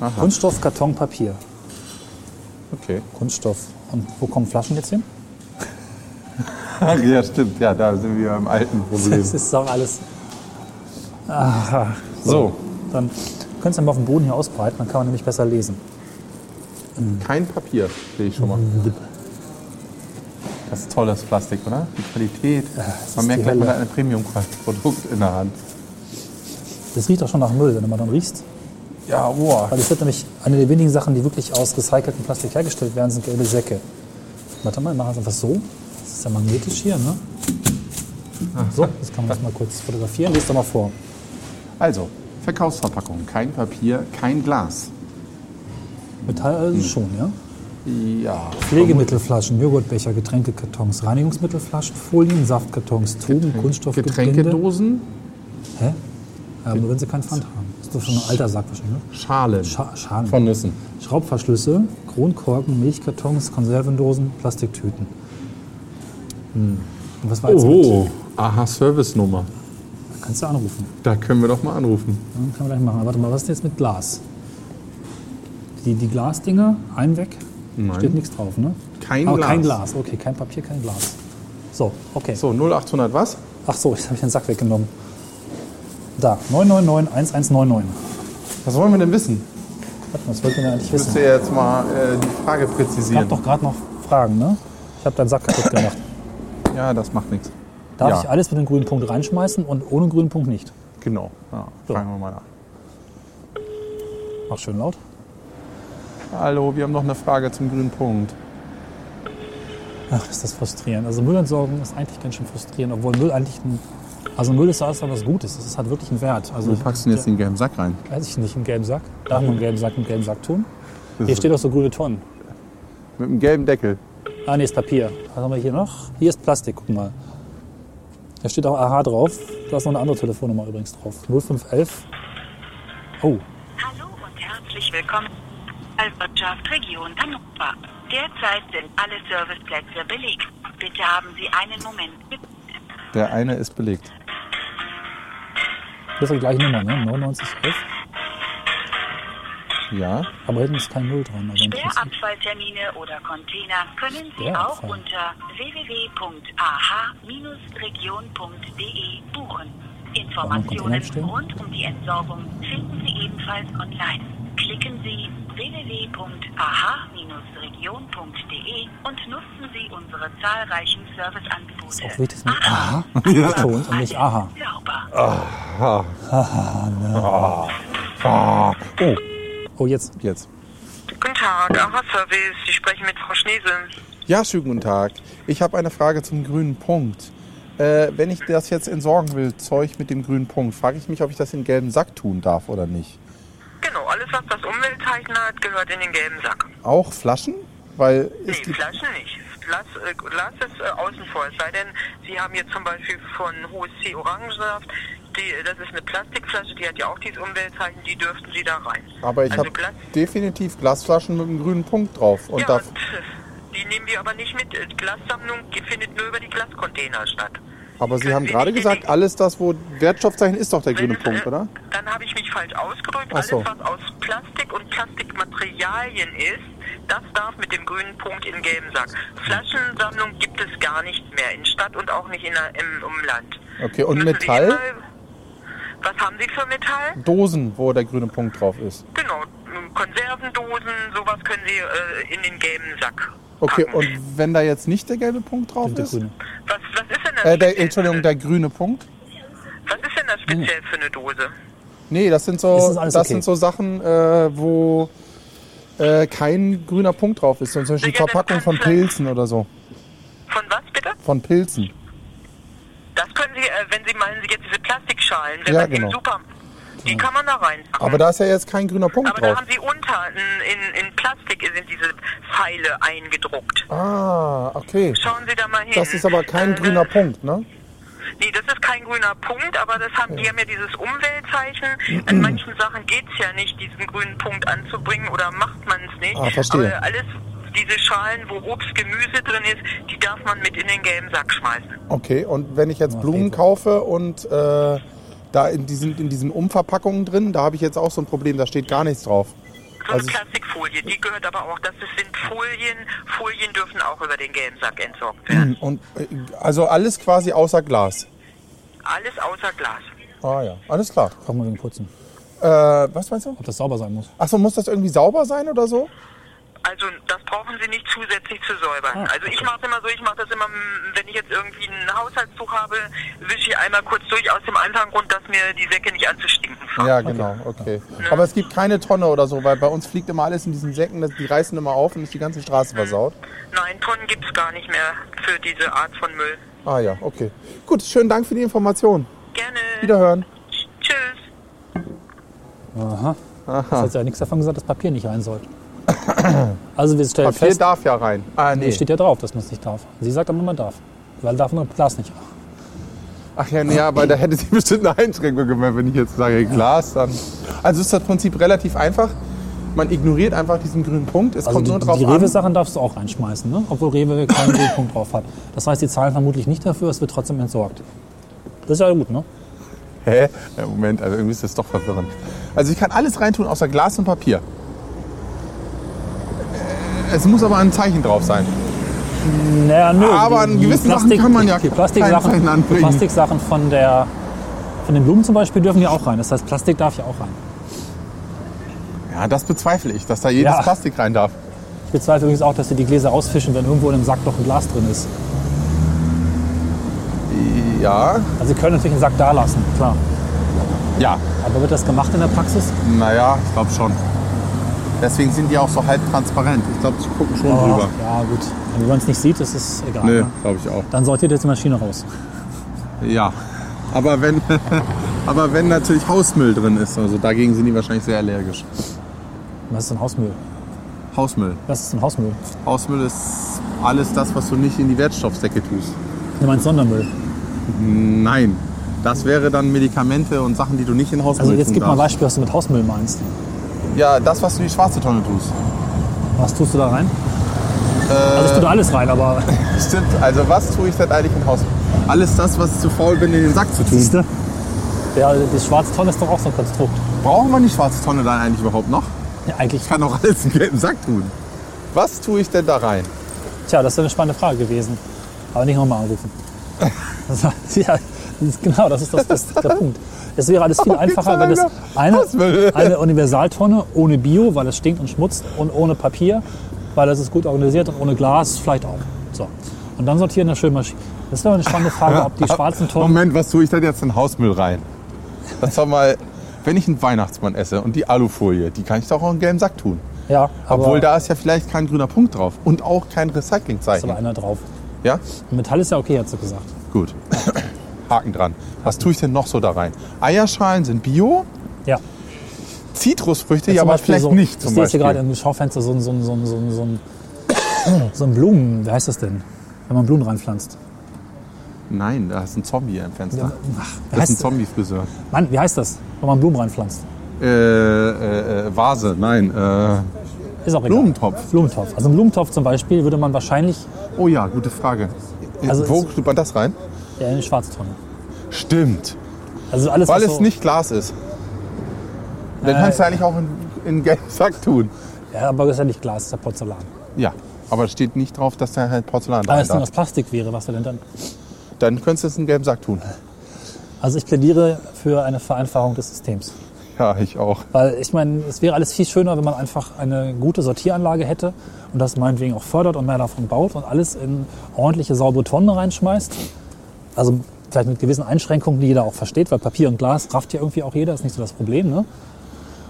S2: Aha,
S3: Kunststoff, Karton, Papier.
S2: okay.
S3: Kunststoff. Und wo kommen Flaschen jetzt hin?
S5: Ach ja, stimmt. Ja, da sind wir beim alten Problem.
S3: Das ist doch alles.
S2: So,
S3: Dann könntest du mal auf dem Boden hier ausbreiten, dann kann man nämlich besser lesen.
S2: kein Papier sehe ich schon mal. Das ist tolles Plastik, oder? Die Qualität.
S3: ist
S2: Man merkt
S3: die
S2: gleich, man
S3: Hölle.
S2: hat ein Premium-Produkt in der Hand.
S3: Das riecht auch schon nach Müll, wenn du mal dann riechst.
S2: Ja, boah.
S3: Weil das wird nämlich eine der wenigen Sachen, die wirklich aus recyceltem Plastik hergestellt werden, sind gelbe Säcke. Warte mal, wir machen es einfach so. Das ist ja magnetisch hier, ne? So, jetzt kann man das mal kurz fotografieren. Lies doch mal vor.
S2: Also,
S5: Verkaufsverpackung. Kein Papier, kein Glas.
S3: Metall also schon, ja?
S2: ja.
S3: Pflegemittelflaschen, Joghurtbecher, Getränkekartons, Reinigungsmittelflaschen, Folien, Saftkartons, Tuben, Kunststoff, Getränke.
S2: Getränkedosen,
S3: Hä? Ja, nur wenn sie keinen Pfand haben. Das ist doch schon ein alter Sack wahrscheinlich, ne?
S2: Schalen
S3: Scha Schalen.
S2: von Nüssen.
S3: Schraubverschlüsse, Kronkorken, Milchkartons, Konservendosen, Plastiktüten. Hm. Und was war jetzt
S2: Oho. Aha, Servicenummer.
S3: mit? Kannst du anrufen.
S2: Da können wir doch mal anrufen.
S3: Ja, können wir gleich machen. Aber Warte mal, was ist denn jetzt mit Glas? Die, die Glasdinger, ein weg.
S2: Nein.
S3: Steht nichts drauf, ne?
S2: Kein
S3: Aber
S2: Glas.
S3: kein Glas, okay. Kein Papier, kein Glas. So, okay.
S2: So, 0800 was?
S3: Ach so, jetzt habe ich den Sack weggenommen. Da, 999 1199.
S2: Was wollen wir denn wissen?
S3: Warte mal, was wollt ihr denn eigentlich
S2: Ich müsste
S3: wissen?
S2: jetzt mal äh, die Frage
S3: Ich habe
S2: präzisieren.
S3: doch gerade noch Fragen, ne? Ich habe deinen Sack kaputt gemacht.
S2: Ja, das macht nichts.
S3: Darf
S2: Ja.
S3: ich alles mit dem grünen Punkt reinschmeißen und ohne grünen Punkt nicht?
S2: Genau. Ja,
S3: So.
S2: Fragen wir mal nach.
S3: Mach schön laut.
S2: Hallo, wir haben noch eine Frage zum grünen Punkt.
S3: Ach, ist das frustrierend. Also Müllentsorgung ist eigentlich ganz schön frustrierend, obwohl Müll eigentlich ein... Also Müll ist ja alles was Gutes. Es hat wirklich einen Wert. Also
S2: Wo packst du denn jetzt den gelben Sack rein?
S3: Weiß ich nicht, einen gelben Sack. Darf man einen gelben Sack einen gelben Sack tun? Hier steht auch so grüne Tonnen.
S2: Mit dem gelben Deckel.
S3: Ah, nee, ist Papier. Was haben wir hier noch? Hier ist Plastik, guck mal. Da steht auch AH drauf. Da ist noch eine andere Telefonnummer übrigens drauf. 0511. Oh,
S6: Hallo und herzlich willkommen. Albertschaft Region Hannover. Derzeit sind alle Serviceplätze belegt. Bitte haben Sie einen Moment. Bitte.
S2: Der eine ist belegt.
S3: das ist die gleiche Nummer, ne? 9911.
S2: Ja.
S3: Aber hinten ist kein Null dran. Also im Prinzip.
S6: Sperrabfalltermine oder Container können Sie
S3: Sperrabfall.
S6: auch unter www.ah-region.de buchen. Informationen
S3: stehen?
S6: rund um die Entsorgung finden Sie ebenfalls online. Klicken Sie www.ah-region.de und nutzen Sie unsere zahlreichen Serviceangebote.
S3: Ist auch wichtig, dass man
S6: Aha.
S3: AH betont und nicht AHA.
S6: Sauber.
S3: Oh, jetzt.
S2: Ah. Jetzt.
S7: Guten Tag, Aha-Service. Sie sprechen mit Frau Schnesel.
S2: Ja, schönen guten Tag. Ich habe eine Frage zum grünen Punkt. Äh, wenn ich das jetzt entsorgen will, Zeug mit dem grünen Punkt, frage ich mich, ob ich das in den gelben Sack tun darf oder nicht.
S7: Genau, alles, was das Umweltzeichen hat, gehört in den gelben Sack.
S2: Auch Flaschen? Weil
S7: Nee,
S2: es gibt
S7: Flaschen nicht. Glas, äh, Glas ist äh, außen vor. Es sei denn, Sie haben jetzt zum Beispiel von HSC Orangensaft, die, das ist eine Plastikflasche, die hat ja auch dieses Umweltzeichen, die dürften Sie da rein.
S2: Aber ich
S7: also
S2: habe
S7: Glas,
S2: definitiv Glasflaschen mit einem grünen Punkt drauf. Und
S7: ja,
S2: da,
S7: pf, die nehmen wir aber nicht mit. Äh, Glassammlung die findet nur über die Glascontainer statt.
S2: aber Sie
S7: können
S2: haben
S7: wir
S2: gerade
S7: nicht
S2: gesagt,
S7: billigen.
S2: alles das, wo Wertstoffzeichen ist doch der grüne
S7: Wenn-
S2: Punkt,
S7: äh,
S2: oder?
S7: Dann habe ich mich falsch ausgedrückt.
S2: Ach
S7: Alles,
S2: so.
S7: was aus Plastik und Plastikmaterialien ist, das darf mit dem grünen Punkt in gelben Sack. Flaschensammlung gibt es gar nicht mehr in Stadt und auch nicht in der, im Umland.
S2: Okay, und
S7: Müssen Sie
S2: Metall?
S7: immer- Was haben Sie für Metall?
S2: Dosen, wo der grüne Punkt drauf ist.
S7: Genau, Konservendosen, sowas können Sie äh, in den gelben Sack.
S2: Okay,
S7: packen.
S2: und wenn da jetzt nicht der gelbe Punkt drauf
S3: Und der
S2: ist?
S3: grüne.
S7: Was, was ist denn das?
S2: Äh, der, Entschuldigung, der grüne Punkt?
S7: Was ist denn das speziell für eine Dose?
S2: Nee, das sind so,
S3: Ist das
S2: das
S3: alles okay?
S2: sind so Sachen, äh, wo äh, kein grüner Punkt drauf ist. Zum Beispiel die
S7: Ja, das
S2: Verpackung
S7: kann
S2: von
S7: sein.
S2: Pilzen oder so.
S7: Von was bitte?
S2: Von Pilzen.
S7: Das können Sie, äh, wenn Sie meinen, Sie jetzt diese Plastikschalen, wenn
S2: Ja,
S7: man die
S2: genau.
S7: im Super, die kann man da reinpacken.
S2: Aber da ist ja jetzt kein grüner Punkt
S7: Mhm. Aber da
S2: drauf.
S7: haben Sie unter, in, in, in Plastik sind diese Pfeile eingedruckt.
S2: Ah, okay.
S7: Schauen Sie da mal hin.
S2: Das ist aber kein
S7: Äh,
S2: grüner Punkt, ne?
S7: Nee, das ist kein grüner Punkt, aber das haben, die haben ja dieses
S2: Mhm.
S7: Umweltzeichen. An manchen Sachen geht's ja nicht, diesen grünen Punkt anzubringen oder macht man es nicht.
S2: Ah, verstehe.
S7: Aber alles, diese Schalen, wo Obst, Gemüse drin ist, die darf man mit in den gelben Sack schmeißen.
S2: Okay, und wenn ich jetzt Blumen
S3: Rewe.
S2: kaufe und äh, da in, die sind in diesen Umverpackungen drin, da habe ich jetzt auch so ein Problem, da steht gar nichts drauf.
S7: So eine
S2: Also-
S7: Plastikfolie, die gehört aber auch, das sind Folien. Folien dürfen auch über den gelben Sack entsorgt werden.
S2: Und äh, also alles quasi außer Glas.
S7: Alles außer Glas.
S2: Ah ja, alles klar.
S3: Frag mal wegen Putzen,
S2: Äh, was meinst du?
S3: ob das sauber sein muss.
S2: Achso, muss das irgendwie sauber sein oder so?
S7: Also das brauchen Sie nicht zusätzlich zu säubern. Also ich mache es immer so, ich mache das immer, mm, wenn ich jetzt irgendwie ein Haushaltstuch habe, wische ich einmal kurz durch aus dem einfachen Grund, dass mir die Säcke nicht anzustinken fangen.
S2: Ja, genau, okay. Aber es gibt keine Tonne oder so, weil bei uns fliegt immer alles in diesen Säcken, das- die reißen immer auf und ist die ganze Straße versaut.
S7: Nein, Tonnen gibt's gar nicht mehr für diese Art von Müll.
S2: Ah ja, okay. Gut, schönen Dank für die Information.
S7: Gerne.
S2: Wiederhören.
S7: Tschüss.
S3: Aha. Das hat ja nichts davon gesagt, dass Papier nicht rein sollte. Also wir stellen
S2: Papier
S3: fest,
S2: darf ja rein. Ah, nee.
S3: hier steht ja drauf, dass man es nicht darf. Sie sagt aber, man darf. Weil darf man Glas nicht.
S2: Ach ja, nee, aber da hätte sie bestimmt eine Einschränkung gemacht, wenn ich jetzt sage Glas, dann. Also ist das Prinzip relativ einfach. Man ignoriert einfach diesen grünen Punkt. Es
S3: Also
S2: kommt
S3: die,
S2: nur drauf
S3: die
S2: an.
S3: Rewe-Sachen darfst du auch reinschmeißen, ne? obwohl Rewe keinen Punkt drauf hat. Das heißt, die zahlen vermutlich nicht dafür, es wird trotzdem entsorgt. Das ist ja gut, ne?
S2: Hä? Ja, Moment, also irgendwie ist das doch verwirrend. Also ich kann alles reintun außer Glas und Papier. Äh, Es muss aber ein Zeichen drauf sein.
S3: Naja, nö.
S2: Aber an gewissen Sachen kann man ja
S3: die
S2: keine
S3: Plastiksachen,
S2: Zeichen
S3: die
S2: anbringen.
S3: Plastiksachen von der von den Blumen zum Beispiel dürfen ja auch rein. Das heißt, Plastik darf ja auch rein.
S2: Ja, das bezweifle ich, dass da jedes
S3: Ja.
S2: Plastik rein darf.
S3: Ich bezweifle übrigens auch, dass sie die Gläser rausfischen, wenn irgendwo in einem Sack noch ein Glas drin ist.
S2: Ja,
S3: Also sie können natürlich einen Sack da lassen, klar.
S2: ja,
S3: Aber wird das gemacht in der Praxis?
S2: naja, ich glaube schon. Deswegen sind die auch so halb transparent. Ich glaube, sie gucken schon
S3: Ach,
S2: drüber.
S3: Ja, gut. Wenn man es nicht sieht, ist es egal.
S2: Nee,
S3: Ne?
S2: glaube ich auch.
S3: Dann sortiert jetzt die Maschine raus.
S2: Ja. Aber wenn, aber wenn natürlich Hausmüll drin ist, also dagegen sind die wahrscheinlich sehr allergisch.
S3: Was ist denn Hausmüll?
S2: Hausmüll.
S3: Was ist denn Hausmüll?
S2: Hausmüll ist alles das, was du nicht in die Wertstoffsäcke tust.
S3: Du meinst Sondermüll.
S2: Nein. Das wäre dann Medikamente und Sachen, die du nicht in Hausmüll
S3: Also jetzt
S2: tun
S3: gib mal ein
S2: darfst.
S3: Beispiel, was du mit Hausmüll meinst.
S2: Ja, das, was du in die schwarze Tonne tust.
S3: Was tust du da rein? also ich tue da alles rein, aber
S2: Stimmt, also was tue ich denn eigentlich in Hausmüll? Alles das, was ich zu faul bin, in den Sack zu tun.
S3: siehst du? Ja, das Schwarztonne ist doch auch so ein Konstrukt.
S2: Brauchen wir die schwarze Tonne dann eigentlich überhaupt noch?
S3: Ja, eigentlich,
S2: Ich kann auch alles in den gelben Sack tun. Was tue ich denn da rein?
S3: tja, das ist eine spannende Frage gewesen. Aber nicht nochmal anrufen. Das, war- ja, das ist- genau, das ist, das, das ist der Punkt. Es wäre alles viel
S2: Auf geht's
S3: einfacher, wenn es
S2: weiter.
S3: eine,
S2: Hausmüll.
S3: eine Universaltonne ohne Bio, weil es stinkt und schmutzt, und ohne Papier, weil das ist gut organisiert, und ohne Glas vielleicht auch. So. Und dann sortieren eine schöne Maschine. Das wäre eine spannende Frage, ob die schwarzen Tonnen
S2: Moment, was tue ich denn jetzt in Hausmüll rein? Das war mal, wenn ich einen Weihnachtsmann esse und die Alufolie, die kann ich doch auch in den gelben Sack tun.
S3: Ja, aber
S2: Obwohl da ist ja vielleicht kein grüner Punkt drauf und auch kein
S3: ist aber
S2: Recyclingzeichen.
S3: einer drauf.
S2: Ja,
S3: Metall ist ja okay, hat sie gesagt.
S2: gut. Haken dran. Was tue ich denn noch so da rein? Eierschalen sind Bio,
S3: Ja.
S2: Zitrusfrüchte,
S3: Zum
S2: ja, aber
S3: Beispiel
S2: vielleicht
S3: so,
S2: nicht
S3: ich
S2: zum
S3: sehe jetzt hier
S2: Beispiel.
S3: gerade im Schaufenster so ein, so ein, so ein, so ein, so ein, so ein Blumen, wie heißt das denn? Wenn man Blumen reinpflanzt.
S2: Nein, da ist ein Zombie im Fenster.
S3: Ach, wie
S2: das ist ein
S3: heißt,
S2: Zombie-Friseur.
S3: Mann, wie heißt das, wenn man Blumen reinpflanzt?
S2: Äh, äh, äh, Vase, nein. Äh,
S3: Ist auch egal.
S2: Blumentopf.
S3: Blumentopf. Also einen Blumentopf zum Beispiel würde man wahrscheinlich
S2: oh ja, gute Frage.
S3: Also
S2: Wo
S3: es-
S2: tut man das rein?
S3: eher in eine Schwarztonne.
S2: Stimmt.
S3: Also alles,
S2: Weil
S3: was
S2: es
S3: so, Äh.
S2: nicht Glas ist. Dann kannst du eigentlich auch in, in einen gelben Sack tun.
S3: Ja, aber das ist ja nicht Glas, das ist ja Porzellan.
S2: Ja, aber es steht nicht drauf, dass da halt Porzellan
S3: Aber
S2: drin
S3: wenn es nur aus
S2: ist.
S3: Plastik wäre, Ah, was wäre denn dann?
S2: Dann könntest du es in einen gelben Sack tun.
S3: Also ich plädiere für eine Vereinfachung des Systems.
S2: Ja, ich auch.
S3: Weil ich meine, es wäre alles viel schöner, wenn man einfach eine gute Sortieranlage hätte und das meinetwegen auch fördert und mehr davon baut und alles in ordentliche, saubere Tonnen reinschmeißt. Also vielleicht mit gewissen Einschränkungen, die jeder auch versteht, weil Papier und Glas rafft ja irgendwie auch jeder, ist nicht so das Problem. Ne?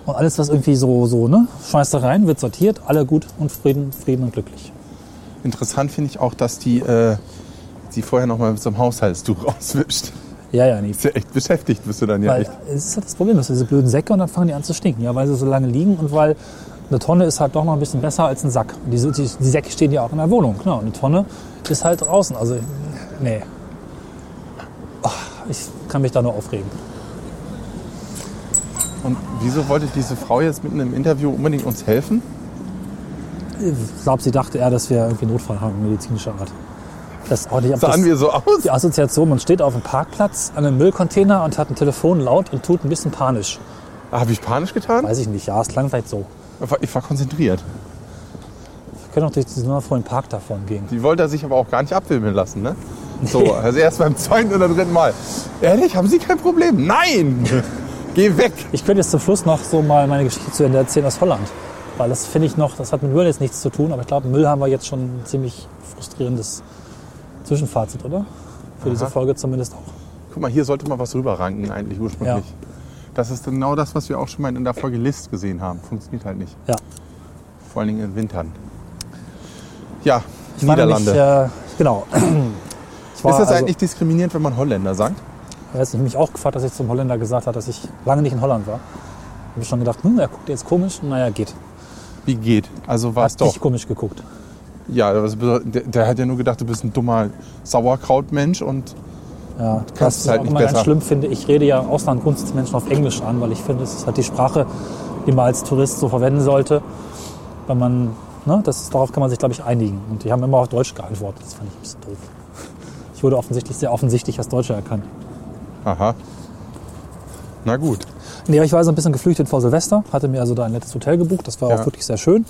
S3: Und alles, was irgendwie so, so, ne, schmeißt da rein, wird sortiert, alle gut und Frieden, Frieden und glücklich.
S2: Interessant finde ich auch, dass die äh, sie vorher noch mal mit so einem Haushaltstuch rauswischt.
S3: Ja, ja, nee.
S2: Ist ja echt beschäftigt, bist du dann ja
S3: Weil
S2: echt.
S3: es ist halt das Problem, dass diese blöden Säcke und dann fangen die an zu stinken, ja, weil sie so lange liegen und weil eine Tonne ist halt doch noch ein bisschen besser als ein Sack. Die, die, die Säcke stehen ja auch in der Wohnung, genau. Und die Tonne ist halt draußen. Also, nee. Ah, Ich kann mich da nur aufregen.
S2: Und wieso wollte diese Frau jetzt mitten im Interview unbedingt uns helfen?
S3: Ich glaube, sie dachte eher, dass wir irgendwie einen Notfall haben, medizinischer Art. Das auch nicht, ob das,
S2: Sahen wir so aus?
S3: die Assoziation, man steht auf dem Parkplatz an einem Müllcontainer und hat ein Telefon laut und tut ein bisschen panisch.
S2: Habe ich panisch getan?
S3: Weiß ich nicht, ja, es klang vielleicht so.
S2: Aber Ich war konzentriert.
S3: Wir können auch durch diesen wundervollen Park davon gehen.
S2: Die wollte er sich aber auch gar nicht abfilmen lassen, ne? So, also erst beim zweiten oder dritten Mal. Ehrlich, haben Sie kein Problem? Nein! Geh weg!
S3: Ich könnte jetzt zum Schluss noch so mal meine Geschichte zu Ende erzählen aus Holland. Weil das finde ich noch, das hat mit Müll jetzt nichts zu tun, aber ich glaube, Müll haben wir jetzt schon ein ziemlich frustrierendes Zwischenfazit, oder? Für diese Folge zumindest auch.
S2: Guck mal, hier sollte mal was rüberranken eigentlich ursprünglich.
S3: Ja.
S2: Das ist genau das, was wir auch schon mal in der Folge List gesehen haben. Funktioniert halt nicht.
S3: Ja.
S2: Vor allen Dingen in Wintern. Ja,
S3: Ich war nämlich,
S2: Niederlande.
S3: äh, genau. Ich war
S2: ist das
S3: also-
S2: eigentlich diskriminierend, wenn man Holländer sagt?
S3: Da hat mich auch gefragt, dass ich zum Holländer gesagt habe, dass ich lange nicht in Holland war. Da habe ich schon gedacht, hm, er guckt jetzt komisch. Naja, geht.
S2: Wie geht? Also war es
S3: Hast
S2: doch.
S3: nicht komisch geguckt.
S2: Ja, das bedeutet- der, der hat ja nur gedacht, du bist ein dummer Sauerkrautmensch und
S3: Ja,
S2: kannst es halt
S3: auch
S2: nicht
S3: immer ganz
S2: besser.
S3: schlimm finde. Ich rede ja im Ausland grundsätzlich Menschen auf Englisch an, weil ich finde, es ist halt die Sprache, die man als Tourist so verwenden sollte. Weil man, ne, das, darauf kann man sich, glaube ich, einigen. Und die haben immer auf Deutsch geantwortet. Das fand ich ein bisschen doof. Ich wurde offensichtlich sehr offensichtlich als Deutscher erkannt.
S2: Aha. Na gut.
S3: Nee, aber ich war so ein bisschen geflüchtet vor Silvester, hatte mir also da ein nettes Hotel gebucht, das war
S2: Ja.
S3: auch wirklich sehr schön.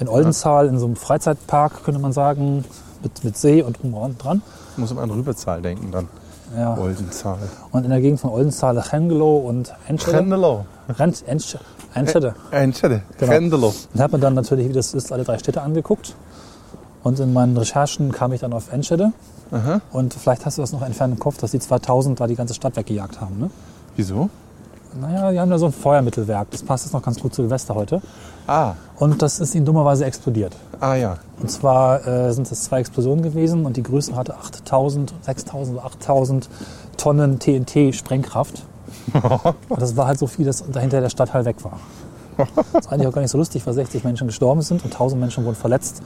S3: In Oldenzaal, in so einem Freizeitpark, könnte man sagen, mit, mit See und um und dran.
S2: Muss immer an Rübezahl denken dann. Oh.
S3: Ja.
S2: Oldenzahl.
S3: Und in der Gegend von Oldenzaal, Hengelo und Enschede.
S2: Rendelow.
S3: Rent- Ensch- Enschede.
S2: Entschede.
S3: Genau.
S2: Rendelow.
S3: Und habe mir dann natürlich, wie das ist, alle drei Städte angeguckt. Und in meinen Recherchen kam ich dann auf Enschede. Und vielleicht hast du das noch entfernt im Kopf, dass die 2000 da die ganze Stadt weggejagt haben. Ne?
S2: Wieso?
S3: Naja, die haben da so ein Feuermittelwerk. Das passt jetzt noch ganz gut zu Silvester heute.
S2: Ah,
S3: Und das ist ihnen dummerweise explodiert.
S2: ah ja.
S3: Und zwar äh, sind es zwei Explosionen gewesen und die Größe hatte 8000, 6000, 8000 Tonnen TNT-Sprengkraft. Und das war halt so viel, dass dahinter der Stadtteil weg war. Das ist eigentlich auch gar nicht so lustig, weil 60 Menschen gestorben sind und 1000 Menschen wurden verletzt.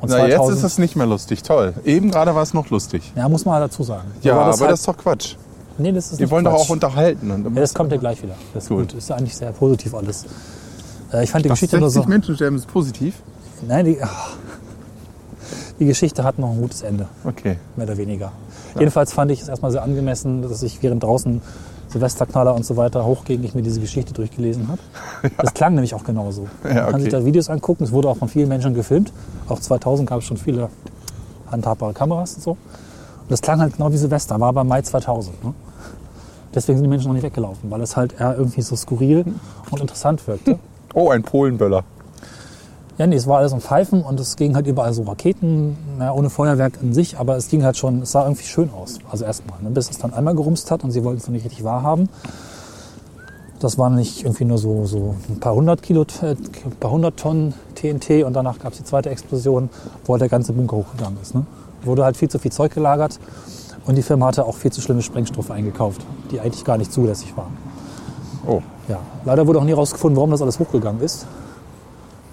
S3: Und
S2: Na, jetzt ist es nicht mehr lustig. Toll. Eben gerade war es noch lustig.
S3: Ja, muss man halt dazu sagen.
S2: Ja, aber,
S3: halt-
S2: das ist doch Quatsch.
S3: nee, das ist
S2: Wir
S3: nicht
S2: wollen doch
S3: Quatsch.
S2: auch unterhalten. Und
S3: Ja, das kommt ja gleich wieder. Das ist
S2: Gut.
S3: gut. Ist ja eigentlich sehr positiv alles. Äh, ich fand die
S2: Dass
S3: Geschichte nur
S2: 60
S3: so.
S2: Menschen sterben ist positiv.
S3: Nein, die, die Geschichte hat noch ein gutes Ende.
S2: Okay.
S3: mehr oder weniger. Jedenfalls fand ich es erstmal sehr angemessen, dass ich während draußen Silvesterknaller und so weiter hochging, ich mir diese Geschichte durchgelesen habe. Das klang nämlich auch genauso. Man
S2: Ja,
S3: kann
S2: okay.
S3: sich da Videos angucken, es wurde auch von vielen Menschen gefilmt. Auch 2000 gab es schon viele handhabbare Kameras und so. Und das klang halt genau wie Silvester, war aber Mai 2000. Ne? Deswegen sind die Menschen noch nicht weggelaufen, weil es halt eher irgendwie so skurril und interessant wirkte.
S2: Oh, ein Polenböller.
S3: Ja, nee, es war alles um Pfeifen und es ging halt überall so Raketen, naja, ohne Feuerwerk in sich, aber es ging halt schon, es sah irgendwie schön aus. Also erstmal, ne, bis es dann einmal gerumst hat und sie wollten es noch nicht richtig wahrhaben. Das waren nicht irgendwie nur so, so ein paar hundert Kilo, äh, ein paar hundert Tonnen TNT und danach gab es die zweite Explosion, wo halt der ganze Bunker hochgegangen ist. Ne? Wurde halt viel zu viel Zeug gelagert und die Firma hatte auch viel zu schlimme Sprengstoffe eingekauft, die eigentlich gar nicht zulässig waren.
S2: Oh.
S3: Ja, leider wurde auch nie rausgefunden, warum das alles hochgegangen ist.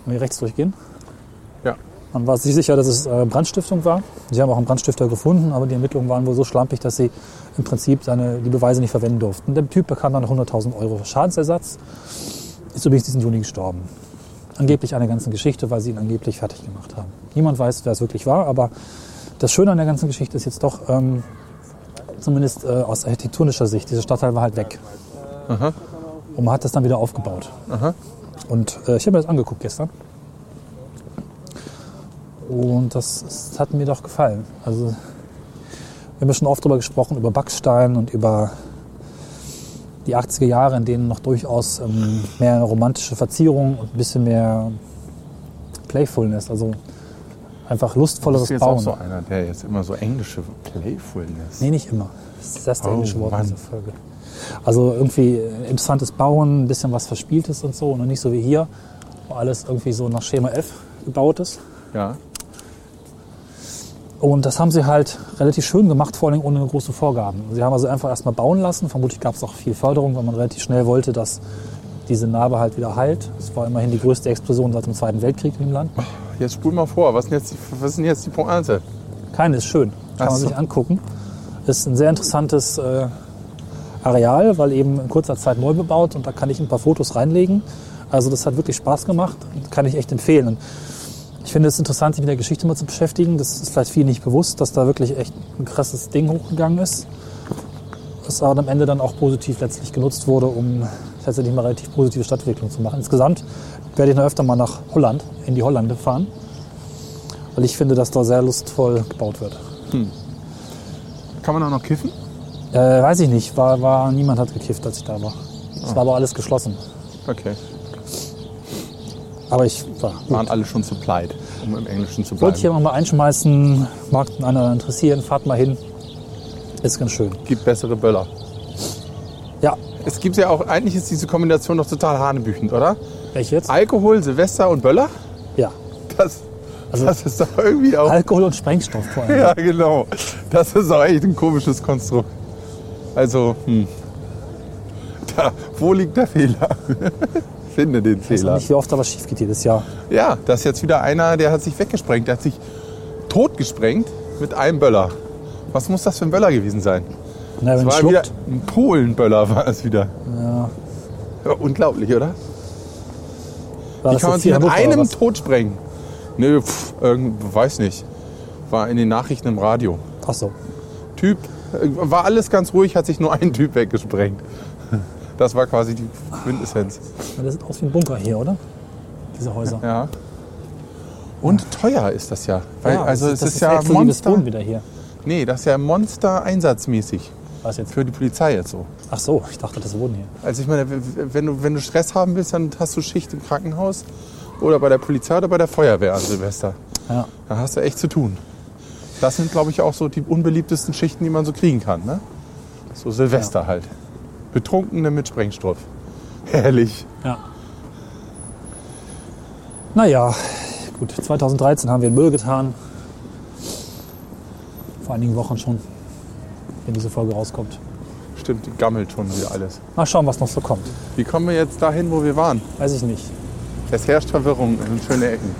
S3: Wenn wir rechts durchgehen.
S2: Ja.
S3: Man war sich sicher, dass es äh, Brandstiftung war. Sie haben auch einen Brandstifter gefunden, aber die Ermittlungen waren wohl so schlampig, dass sie im Prinzip seine, die Beweise nicht verwenden durften. Der Typ bekam dann 100.000 Euro Schadensersatz. Ist übrigens diesen Juni gestorben. Angeblich eine ganze Geschichte, weil sie ihn angeblich fertig gemacht haben. Niemand weiß, wer es wirklich war, aber das Schöne an der ganzen Geschichte ist jetzt doch, ähm, zumindest äh, aus architektonischer Sicht, dieser Stadtteil war halt weg. Und man hat das dann wieder aufgebaut. Und äh, ich habe mir das angeguckt gestern. Und das, ist- hat mir doch gefallen. Also, wir haben ja schon oft darüber gesprochen, über Backstein und über die 80er Jahre, in denen noch durchaus ähm, mehr romantische Verzierung und ein bisschen mehr Playfulness, also einfach lustvolleres
S2: Bist du jetzt
S3: Bauen.
S2: auch so einer, der jetzt immer so englische Playfulness.
S3: Nee, nicht immer. Das ist das
S2: Oh,
S3: englische Wort in
S2: Mann.
S3: dieser Folge. Also irgendwie interessantes Bauen, ein bisschen was Verspieltes und so. Und nicht so wie hier, wo alles irgendwie so nach Schema F gebaut ist.
S2: Ja.
S3: Und das haben sie halt relativ schön gemacht, vor allem ohne große Vorgaben. Sie haben also einfach erstmal bauen lassen. Vermutlich gab es auch viel Förderung, weil man relativ schnell wollte, dass diese Narbe halt wieder heilt. Es war immerhin die größte Explosion seit dem Zweiten Weltkrieg in dem Land.
S2: Jetzt spul mal vor. Was sind jetzt die, was sind jetzt die Pointe?
S3: Keine ist schön. Kann
S2: Ach
S3: man
S2: so.
S3: sich angucken. Ist ein sehr interessantes äh, Areal, weil eben in kurzer Zeit neu bebaut und da kann ich ein paar Fotos reinlegen. Also das hat wirklich Spaß gemacht und kann ich echt empfehlen. Und ich finde es interessant, sich mit der Geschichte mal zu beschäftigen. Das ist vielleicht viel nicht bewusst, dass da wirklich echt ein krasses Ding hochgegangen ist. Das aber am Ende dann auch positiv letztlich genutzt wurde, um tatsächlich mal relativ positive Stadtentwicklung zu machen. Insgesamt werde ich noch öfter mal nach Holland, in die Hollande fahren, weil ich finde, dass da sehr lustvoll gebaut wird.
S2: Kann man auch noch kiffen?
S3: Äh, weiß ich nicht. War, war, niemand hat gekifft, als ich da war.
S2: Ah.
S3: Es war aber alles geschlossen.
S2: Okay.
S3: Aber ich war.
S2: Waren alle schon zu pleit, um im Englischen zu bleiben.
S3: Wollte ich ja mal einschmeißen, mag den anderen interessieren, fahrt mal hin. Ist ganz schön.
S2: gibt bessere Böller.
S3: Ja,
S2: Es gibt ja auch, eigentlich ist diese Kombination doch total hanebüchend, oder?
S3: welche jetzt?
S2: Alkohol, Silvester und Böller?
S3: Ja.
S2: Das,
S3: Also-
S2: das ist doch irgendwie auch.
S3: Alkohol und Sprengstoff vor allem.
S2: Ja, genau. Das ist auch echt ein komisches Konstrukt. Also, hm. Da, wo liegt der Fehler? Finde den
S3: Ich weiß auch
S2: Fehler.
S3: nicht, wie oft da was schief geht jedes Jahr.
S2: Ja, da ist jetzt wieder einer, der hat sich weggesprengt. Der hat sich totgesprengt mit einem Böller. Was muss das für ein Böller gewesen sein?
S3: Na, wenn
S2: Das
S3: es
S2: war wieder
S3: schluckt,
S2: ein Polenböller war es wieder. Ja. Unglaublich, oder?
S3: war
S2: Wie
S3: das
S2: kann man
S3: jetzt
S2: sich
S3: hier in
S2: mit
S3: Hamburg oder
S2: einem
S3: was?
S2: tot sprengen? Nö, pff, irgend, weiß nicht. War in den Nachrichten im Radio.
S3: Ach so.
S2: Typ, äh, war alles ganz ruhig, hat sich nur ein Typ weggesprengt. Das war quasi die Quintessenz.
S3: Na, Das sieht aus wie ein Bunker hier, oder? Diese Häuser.
S2: Ja. Und teuer ist das ja. Weil,
S3: Ja,
S2: also es
S3: das
S2: ist, ja
S3: exklusives
S2: Monster.
S3: Wohnen wieder hier.
S2: Nee, das ist ja Monster einsatzmäßig
S3: Was jetzt?
S2: für die Polizei jetzt so.
S3: Ach so, ich dachte, das Wohnen hier.
S2: Also ich meine, w- w- wenn du, wenn du Stress haben willst, dann hast du Schicht im Krankenhaus oder bei der Polizei oder bei der Feuerwehr an Silvester.
S3: Ja.
S2: Da hast du echt zu tun. Das sind, glaube ich, auch so die unbeliebtesten Schichten, die man so kriegen kann. Ne? So Silvester halt. Betrunkene mit Sprengstoff. Herrlich.
S3: Ja. Naja, gut, 2013 haben wir in Müll getan. Vor einigen Wochen schon, wenn diese Folge rauskommt.
S2: Stimmt, die gammelt schon wieder alles.
S3: Mal schauen, was noch so kommt.
S2: Wie kommen wir jetzt dahin, wo wir waren?
S3: Weiß ich nicht.
S2: Es herrscht Verwirrung in schöne Ecken.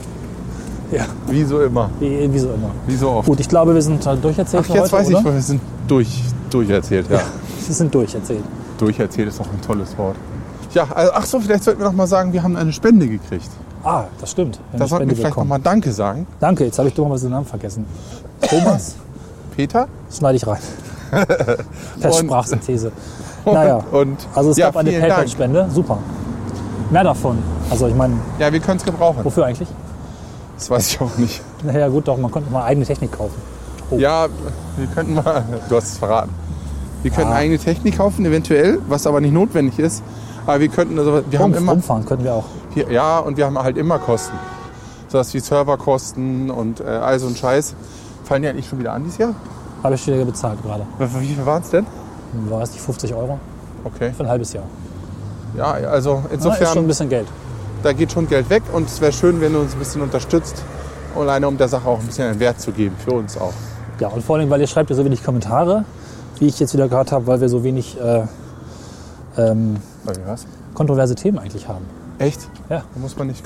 S3: Ja,
S2: Wie so immer.
S3: wie, wie so immer.
S2: Wie so oft.
S3: Gut, ich glaube, wir sind äh, durcherzählt
S2: Ach,
S3: für
S2: jetzt
S3: heute,
S2: weiß ich,
S3: oder?
S2: wir sind durch, durcherzählt. Ja.
S3: Wir sind durcherzählt.
S2: Durcherzählt ist auch ein tolles Wort. Ja, also, ach so, vielleicht sollten wir noch mal sagen, wir haben eine Spende gekriegt.
S3: Ah, das stimmt. Wenn
S2: Da
S3: die
S2: sollten wir
S3: Spende
S2: vielleicht noch
S3: willkommen.
S2: mal Danke sagen.
S3: Danke, jetzt habe ich dummerweise den Namen vergessen. Thomas,
S2: Peter?
S3: das schneide ich rein. Per
S2: Und-
S3: Sprachsynthese. Naja,
S2: und-
S3: also es
S2: ja,
S3: gab eine
S2: vielen Dank.
S3: PayPal-Spende, super. Mehr davon. Also ich meine,
S2: Ja, wir können es gebrauchen.
S3: wofür eigentlich?
S2: Das weiß ich auch nicht.
S3: Naja, gut, doch, man konnte mal eigene Technik kaufen. Oh.
S2: Ja, wir könnten mal. Du hast es verraten. Wir könnten
S3: Ah.
S2: eigene Technik kaufen, eventuell, was aber nicht notwendig ist. Aber wir könnten, also wir haben
S3: Rumpf,
S2: immer,
S3: rumfahren könnten wir auch.
S2: wir, ja, und wir haben halt immer Kosten. Sodass wie Serverkosten und äh, all so ein Scheiß. Fallen die eigentlich schon wieder an dieses Jahr?
S3: Habe ich wieder bezahlt gerade. Hm,
S2: Wie viel waren es denn?
S3: War es nicht 50 Euro?
S2: Okay.
S3: Für ein halbes Jahr.
S2: Ja, also
S3: Na, Ah, ist schon ein
S2: insofern,
S3: bisschen Geld.
S2: da geht schon Geld weg und es wäre schön, wenn du uns ein bisschen unterstützt. Alleine um der Sache auch ein bisschen einen Wert zu geben, für uns auch.
S3: Ja, und vor allem, weil ihr schreibt ja so wenig Kommentare, wie ich jetzt wieder gehört habe, weil wir so wenig äh, ähm,
S2: Was?
S3: kontroverse Themen eigentlich haben.
S2: Echt?
S3: Ja.
S2: Da muss man nicht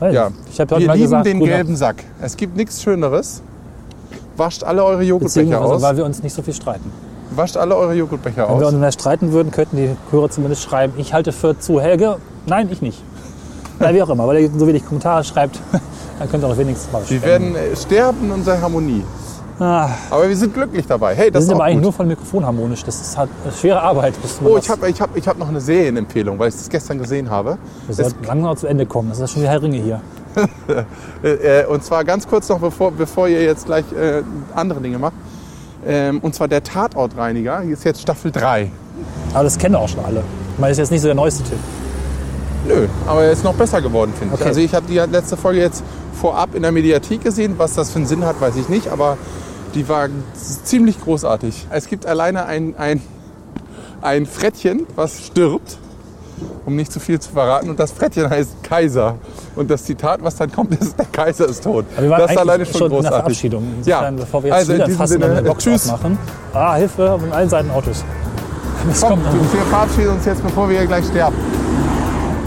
S3: Weiß
S2: Ja,
S3: nicht. Ich habe heute
S2: wir
S3: mal
S2: lieben
S3: gesagt,
S2: den
S3: grüner-
S2: gelben Sack. Es gibt nichts Schöneres. Wascht alle eure Joghurtbecher
S3: beziehungsweise
S2: aus.
S3: weil wir uns nicht so viel streiten.
S2: Wascht alle eure Joghurtbecher
S3: Wenn wir
S2: aus.
S3: uns mehr streiten würden, könnten die Hörer zumindest schreiben, ich halte für zu Helge. Nein, ich nicht. Na, wie auch immer, weil ihr so wenig Kommentare schreibt, dann könnt ihr auch wenigstens mal
S2: Wir werden
S3: spenden.
S2: äh, sterben in unserer Harmonie.
S3: Ah.
S2: Aber wir sind glücklich dabei. Hey,
S3: Wir
S2: das
S3: sind
S2: ist
S3: aber
S2: auch
S3: eigentlich
S2: gut.
S3: nur von Mikrofon harmonisch. Das ist halt eine schwere Arbeit. Bis man
S2: Oh,
S3: das-
S2: ich habe ich hab, ich hab noch eine Serienempfehlung, weil ich das gestern gesehen habe.
S3: Wir sollten langsam zu Ende kommen. Das ist ja schon die Herr Ringe hier.
S2: Äh, äh, und zwar ganz kurz noch, bevor, bevor ihr jetzt gleich äh, andere Dinge macht. Ähm, und zwar der Tatortreiniger ist jetzt Staffel 3.
S3: Aber das kennen auch schon alle. Ich meine, das ist jetzt nicht so der neueste Tipp.
S2: Nö, aber er ist noch besser geworden, finde
S3: Okay.
S2: ich. Also ich habe die letzte Folge jetzt vorab in der Mediathek gesehen. Was das für einen Sinn hat, weiß ich nicht, aber die war ziemlich großartig. Es gibt alleine ein, ein, ein Frettchen, was stirbt, um nicht zu viel zu verraten. Und das Frettchen heißt Kaiser. Und das Zitat, was dann kommt, ist, der Kaiser ist tot.
S3: Aber wir waren
S2: das ist
S3: eigentlich
S2: alleine schon,
S3: schon in der
S2: großartig.
S3: Verabschiedung.
S2: Ja,
S3: Insofern, Bevor wir jetzt
S2: also in
S3: wieder
S2: diesem
S3: fassen und
S2: Sinne,
S3: eine Box
S2: tschüss.
S3: aufmachen. Ah, Hilfe, von allen Seiten Autos. Das
S2: Komm,
S3: kommt noch.
S2: wir verabschieden uns jetzt, bevor wir hier gleich sterben.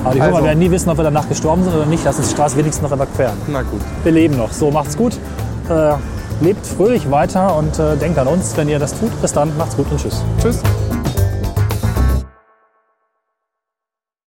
S3: Aber die Hörer
S2: also.
S3: werden nie wissen, ob wir danach gestorben sind oder nicht. Lass uns die Straße wenigstens noch überqueren.
S2: Na gut.
S3: Wir leben noch. So, macht's gut. Äh, lebt fröhlich weiter und äh, denkt an uns, wenn ihr das tut. Bis dann, macht's gut und tschüss.
S2: Tschüss.